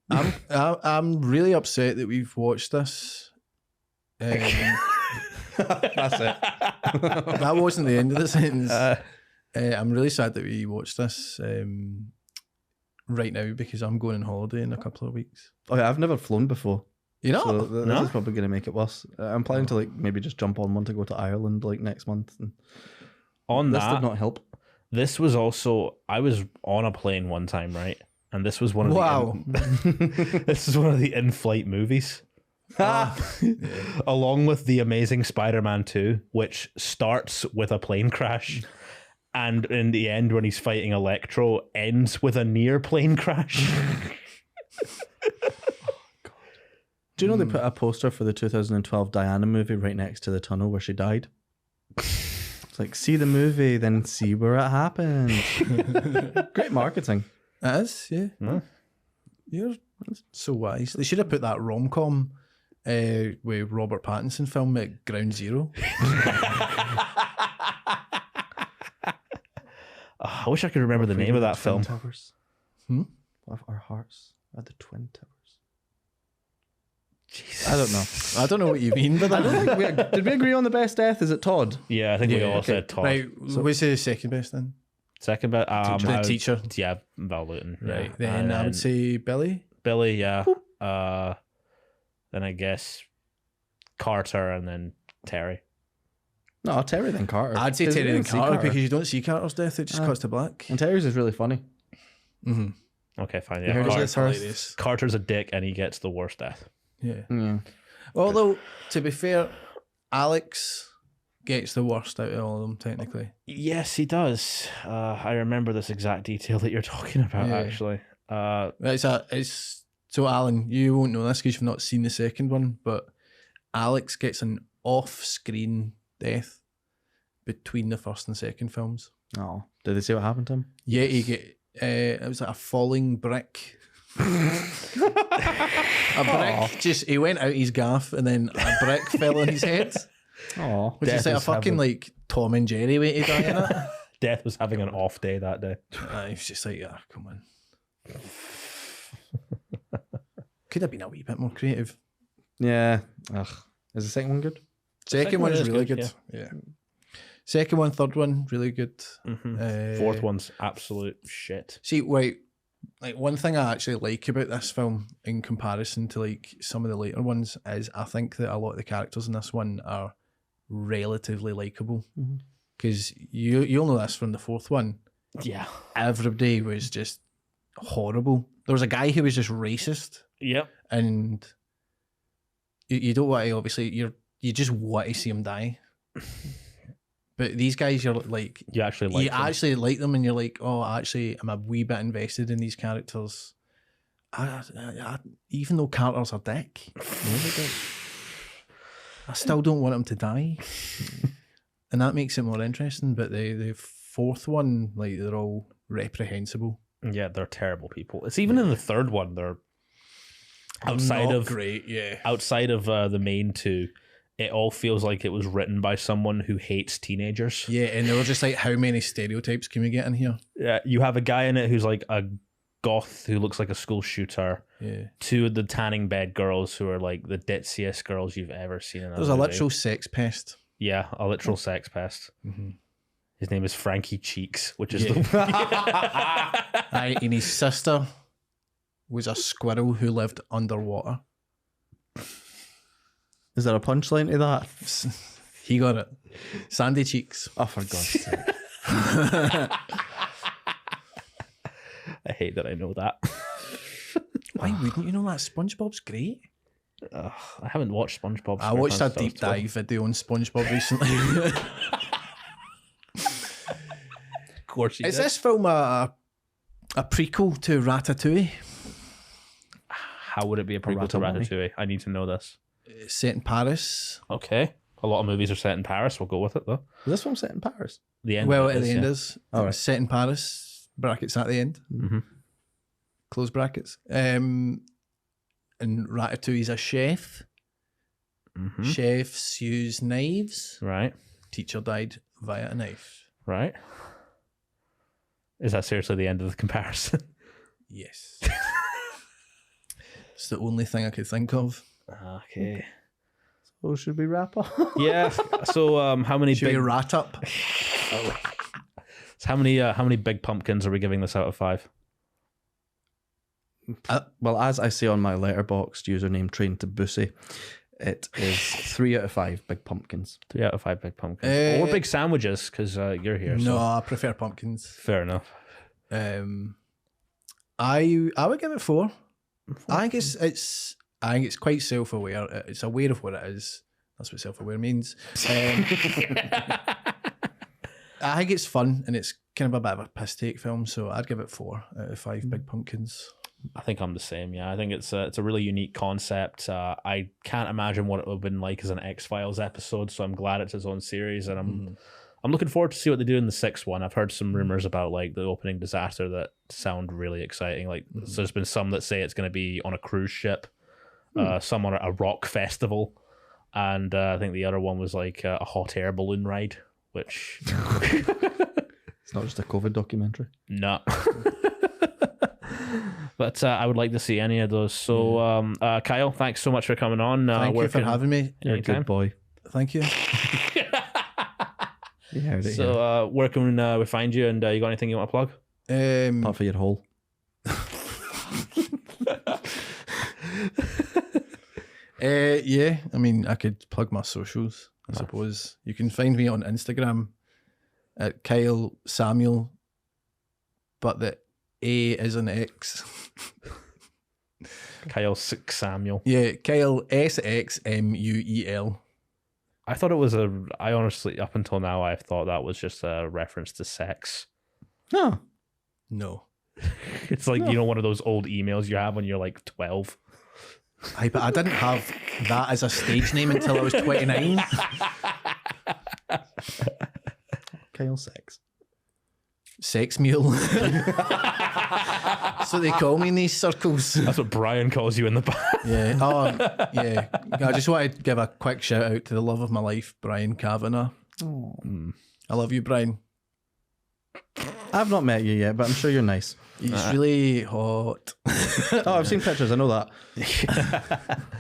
Speaker 3: I'm, I, I'm really upset that we've watched this. Um,
Speaker 2: That's it.
Speaker 3: that wasn't the end of the sentence. Uh, I'm really sad that we watched this um, right now because I'm going on holiday in a couple of weeks.
Speaker 2: Okay, I've never flown before.
Speaker 3: You know?
Speaker 2: so th-
Speaker 1: no?
Speaker 2: this is probably going to make it worse. Uh, I'm planning to like maybe just jump on one to go to Ireland like next month. And
Speaker 1: On
Speaker 2: this
Speaker 1: that,
Speaker 2: did not help.
Speaker 1: this was also I was on a plane one time, right? And this was one of
Speaker 3: Wow.
Speaker 1: the in- this is one of the in-flight movies.
Speaker 3: Ah,
Speaker 1: Along with the amazing Spider-Man 2, which starts with a plane crash. And in the end, when he's fighting Electro, ends with a near plane crash.
Speaker 2: Do you know they put a poster for the 2012 Diana movie right next to the tunnel where she died? It's like see the movie, then see where it happened. Great marketing.
Speaker 3: It is, yeah.
Speaker 1: Yeah.
Speaker 3: You're so wise. They should have put that rom com uh, with Robert Pattinson film at Ground Zero.
Speaker 1: Ah, I wish I could remember the name of that film.
Speaker 2: Twin Towers.
Speaker 3: Hmm?
Speaker 2: Of our hearts are the twin towers.
Speaker 1: Jesus.
Speaker 2: I don't know.
Speaker 3: I don't know what you mean by
Speaker 2: I
Speaker 3: that.
Speaker 2: don't think we did we agree on the best death? Is it Todd?
Speaker 1: Yeah, I think we all
Speaker 3: okay.
Speaker 1: said Todd.
Speaker 3: Right, what's the second best then?
Speaker 1: Second bit, um,
Speaker 3: Teacher. The
Speaker 1: I would-
Speaker 3: teacher.
Speaker 1: Yeah, Val Luton.
Speaker 3: Right.
Speaker 1: yeah.
Speaker 3: Then
Speaker 1: And
Speaker 3: I would say Billy.
Speaker 1: Billy. Yeah. Uh, then I guess Carter, and then Terry.
Speaker 2: No, Terry then Carter.
Speaker 3: I'd say
Speaker 2: Because we
Speaker 3: Terry and
Speaker 2: didn't see
Speaker 3: Carter, because you don't see Carter's death, it just
Speaker 2: Ah.
Speaker 3: cuts to black.
Speaker 2: And Terry's is really funny.
Speaker 3: Mm-hmm.
Speaker 1: Okay, fine.
Speaker 2: You
Speaker 1: Yeah,
Speaker 2: heard
Speaker 1: Car-
Speaker 2: us
Speaker 3: That's
Speaker 2: first.
Speaker 3: hilarious.
Speaker 1: Carter's a dick, and he gets the worst death.
Speaker 3: Yeah.
Speaker 2: Yeah.
Speaker 3: Although, to be fair, Alex gets the worst out of all of them, technically.
Speaker 1: Yes, he does. Uh, I remember this exact detail that you're talking about.
Speaker 3: Yeah.
Speaker 1: Actually, uh,
Speaker 3: It's a, it's so Alan, you won't know this because you've not seen the second one, but Alex gets an off-screen death between the first and second films.
Speaker 2: Oh, did they see what happened to him?
Speaker 3: Yeah, he get uh, it was like a falling brick. a brick just he went out his gaff and then a brick fell on his head,
Speaker 2: Oh,
Speaker 3: which is
Speaker 1: Death
Speaker 3: like a
Speaker 1: is
Speaker 3: fucking
Speaker 1: heaven.
Speaker 3: like Tom and Jerry way to die in it.
Speaker 1: death was having an off day that day.
Speaker 3: Uh, he was just like, ah, come on. Could have been a wee bit more creative.
Speaker 2: yeah. Ugh. Is the second one good?
Speaker 3: Second,
Speaker 1: second
Speaker 3: one
Speaker 1: one
Speaker 3: is
Speaker 1: is
Speaker 3: really
Speaker 1: good,
Speaker 3: good. Yeah. Second one, third one, really good.
Speaker 1: Mhm.
Speaker 3: Uh,
Speaker 1: Fourth one's absolute shit.
Speaker 3: See, wait, like one thing I actually like about this film in comparison to like some of the later ones is I think that a lot of the characters in this one are relatively likable
Speaker 2: Mhm.
Speaker 3: because you you'll know this from the fourth one.
Speaker 1: Yeah.
Speaker 3: Everybody was just horrible. There was a guy who was just racist.
Speaker 1: Yep.
Speaker 3: and you, you don't want to obviously you're you just want to see him die. But these guys, you're like
Speaker 1: You actually like.
Speaker 3: you actually like them, and you're like, oh, actually, I'm a wee bit invested in these characters. I, I, I, even though Carter's a dick, I still don't want him to die, and that makes it more interesting. But the the fourth one, like they're all reprehensible.
Speaker 1: yeah, they're terrible people. It's even in the third one they're outside
Speaker 3: Not
Speaker 1: of
Speaker 3: great, yeah,
Speaker 1: outside of uh, the main two. It all feels like it was written by someone who hates teenagers.
Speaker 3: yeah, and they were just like, how many stereotypes can we get in here?
Speaker 1: Yeah, you have a guy in it who's like a goth who looks like a school shooter.
Speaker 3: Yeah.
Speaker 1: Two of the tanning bed girls who are like the ditziest girls you've ever seen. In a
Speaker 3: There's a
Speaker 1: movie.
Speaker 3: literal sex pest.
Speaker 1: yeah, a
Speaker 3: Oh.
Speaker 1: literal sex pest. His name is Frankie Cheeks, which is
Speaker 3: Mm-hmm. Yeah.
Speaker 1: the
Speaker 3: Aye, and his sister was a squirrel who lived underwater.
Speaker 2: Is there a punchline to that?
Speaker 3: He got it. Sandy cheeks.
Speaker 2: Oh, for God's sake.
Speaker 1: I hate that I know that.
Speaker 3: Why wouldn't you know that? SpongeBob's great.
Speaker 1: Ugh, I haven't watched SpongeBob.
Speaker 3: I watched a
Speaker 1: SquarePants
Speaker 3: deep
Speaker 1: till-
Speaker 3: dive video on SpongeBob recently.
Speaker 1: Of course, you
Speaker 3: Is
Speaker 1: did.
Speaker 3: this film a a prequel to Ratatouille?
Speaker 1: How would it be a prequel to
Speaker 2: Ratatouille.
Speaker 1: Ratatouille? I need to know this.
Speaker 3: It's set in Paris.
Speaker 1: Okay, a lot of movies are set in Paris. We'll go with it though.
Speaker 2: Is this film set in Paris?
Speaker 1: The end.
Speaker 3: well,
Speaker 1: of it
Speaker 3: at the
Speaker 1: is,
Speaker 3: end
Speaker 1: yeah.
Speaker 3: is
Speaker 2: All right.
Speaker 3: it's set in Paris. Brackets at the end.
Speaker 1: Mhm.
Speaker 3: Close brackets. Um, and Ratatouille's a chef.
Speaker 1: Mhm.
Speaker 3: Chefs use knives.
Speaker 1: Right,
Speaker 3: Teacher died via a knife.
Speaker 1: right. Is that seriously the end of the comparison?
Speaker 3: Yes. it's the only thing I could think of.
Speaker 1: okay.
Speaker 2: Oh, should we wrap up?
Speaker 1: Yeah. So, um, how many
Speaker 3: Should
Speaker 1: big?
Speaker 3: we rat up?
Speaker 1: so how many? Uh, how many big pumpkins are we giving this out of five?
Speaker 2: Uh, well, as I say on my letterboxed username, Train to Bussy, it is three out of five big pumpkins.
Speaker 1: Three out of five big pumpkins,
Speaker 3: Uh,
Speaker 1: or big sandwiches, because uh, you're here.
Speaker 3: No,
Speaker 1: So.
Speaker 3: I prefer pumpkins.
Speaker 1: Fair enough.
Speaker 3: Um, I I would give it four. I think it's it's I think it's quite self aware. It's aware of what it is. That's what self aware means. Um, I think it's fun and it's kind of a bit of a piss take film, so I'd give it four out
Speaker 1: Mm.
Speaker 3: of five big pumpkins.
Speaker 1: I think I'm the same. Yeah, I think it's a, it's a really unique concept. Uh,
Speaker 3: Mm.
Speaker 1: I can't imagine what it would have been like as an X Files episode, so I'm glad it's its own series, and I'm I'm looking forward to see what they do in the sixth one. I've heard some rumors about like the opening disaster that sound really exciting. Like
Speaker 3: Mm.
Speaker 1: so there's been some that say it's going to be on a cruise ship,
Speaker 3: Hmm.
Speaker 1: uh, some on a- a rock festival, and uh, I think the other one was like uh, a hot air balloon ride, which
Speaker 2: It's not just a COVID documentary.
Speaker 1: no. But uh, I would like to see any of those. So, um, uh, Kyle, thanks so much for coming on. Uh,
Speaker 3: Thank
Speaker 1: where
Speaker 3: you for
Speaker 1: can-
Speaker 3: having me.
Speaker 2: You're a
Speaker 1: Anytime.
Speaker 2: good boy.
Speaker 3: Thank you.
Speaker 2: Yeah, so,
Speaker 1: So, uh, where can uh, we find you? And uh, you got anything you want to plug?
Speaker 3: Um,
Speaker 2: Apart for your hole.
Speaker 3: uh, yeah, I mean, I could plug my socials, I suppose. You can find me on Instagram at Kyle Samuel, but the A is an X.
Speaker 1: Kyle Six Samuel.
Speaker 3: yeah, Kyle S X M U E L.
Speaker 1: I thought it was a. I honestly, up until now, I thought that was just a reference to sex.
Speaker 2: No.
Speaker 3: No.
Speaker 1: It's like you know one of those old emails you have when you're like twelve.
Speaker 3: I, but I didn't have that as a stage name until I was 29.
Speaker 2: Kyle Sex.
Speaker 3: Sex mule. so they call me in these circles.
Speaker 1: That's what Brian calls you in the past.
Speaker 3: Yeah. Oh, yeah. I just want to give a quick shout out to the love of my life, Brian Kavanagh. Mm. I love you, Brian.
Speaker 2: I've not met you yet, but I'm sure you're nice.
Speaker 3: He's really hot.
Speaker 2: Oh, I've seen pictures. I know that.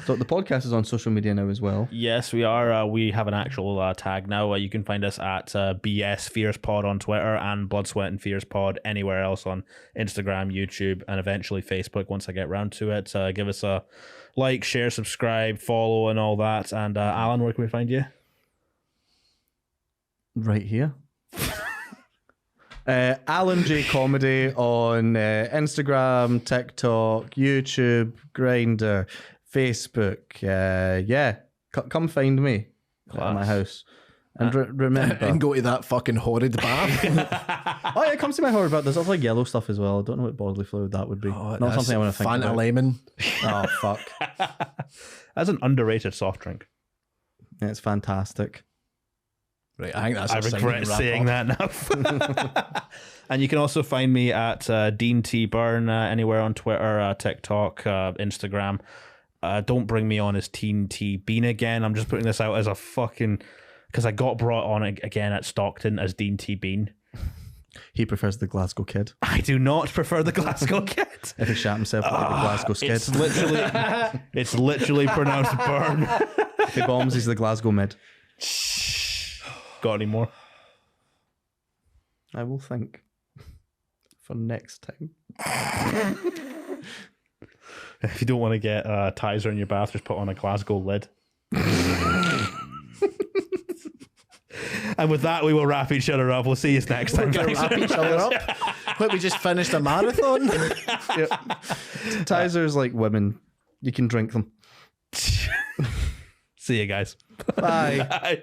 Speaker 2: so the podcast is on social media now as well.
Speaker 1: Yes, we are. Uh, we have an actual uh, tag now. Uh, you can find us at uh, BS Fears Pod on Twitter and Blood, Sweat, and Fears Pod anywhere else on Instagram, YouTube, and eventually Facebook once I get round to it. Uh, give us a like, share, subscribe, follow, and all that. And uh, Alan, where can we find you?
Speaker 2: Right here. uh, Alan J Comedy on uh, Instagram, TikTok, YouTube, Grinder, Facebook. Uh, yeah, C- come find me at my
Speaker 1: Class.
Speaker 2: house. And re- remember,
Speaker 3: and go to that fucking horrid bath.
Speaker 2: oh yeah, come see my horror about. There's also yellow stuff as well. I don't know what bodily fluid that would be.
Speaker 1: Oh,
Speaker 2: Not something I want to think
Speaker 3: Oh, Fanta
Speaker 2: about.
Speaker 3: lemon.
Speaker 2: Oh fuck,
Speaker 1: That's an underrated soft drink.
Speaker 2: yeah, it's fantastic.
Speaker 3: Right, I think that's.
Speaker 1: I
Speaker 3: our sign
Speaker 1: regret
Speaker 3: to wrap
Speaker 1: saying
Speaker 3: up.
Speaker 1: that now. and you can also find me at uh, Dean T Byrne uh, anywhere on Twitter, uh, TikTok, uh, Instagram. Uh, don't bring me on as Teen T Bean again. I'm just putting this out as a fucking because I got brought on ag- again at Stockton as Dean T Bean.
Speaker 2: He prefers the Glasgow kid.
Speaker 1: I do not prefer the Glasgow kid.
Speaker 2: If he shat himself, it'll be the Glasgow skid.
Speaker 1: Ah, It's literally, it's literally pronounced burn.
Speaker 2: If he bombs, he's the Glasgow mid.
Speaker 1: Got any more?
Speaker 2: I will think for next time.
Speaker 1: If you don't want to get uh, Tizer in your bath, just put on a Glasgow lid. and with that, we will wrap each other up. Well see you next time. Thanks.
Speaker 3: Wrap each other up. Wait, we just finished a marathon.
Speaker 2: Tizers like women. You can drink them.
Speaker 1: see you guys.
Speaker 2: Bye.
Speaker 1: Bye.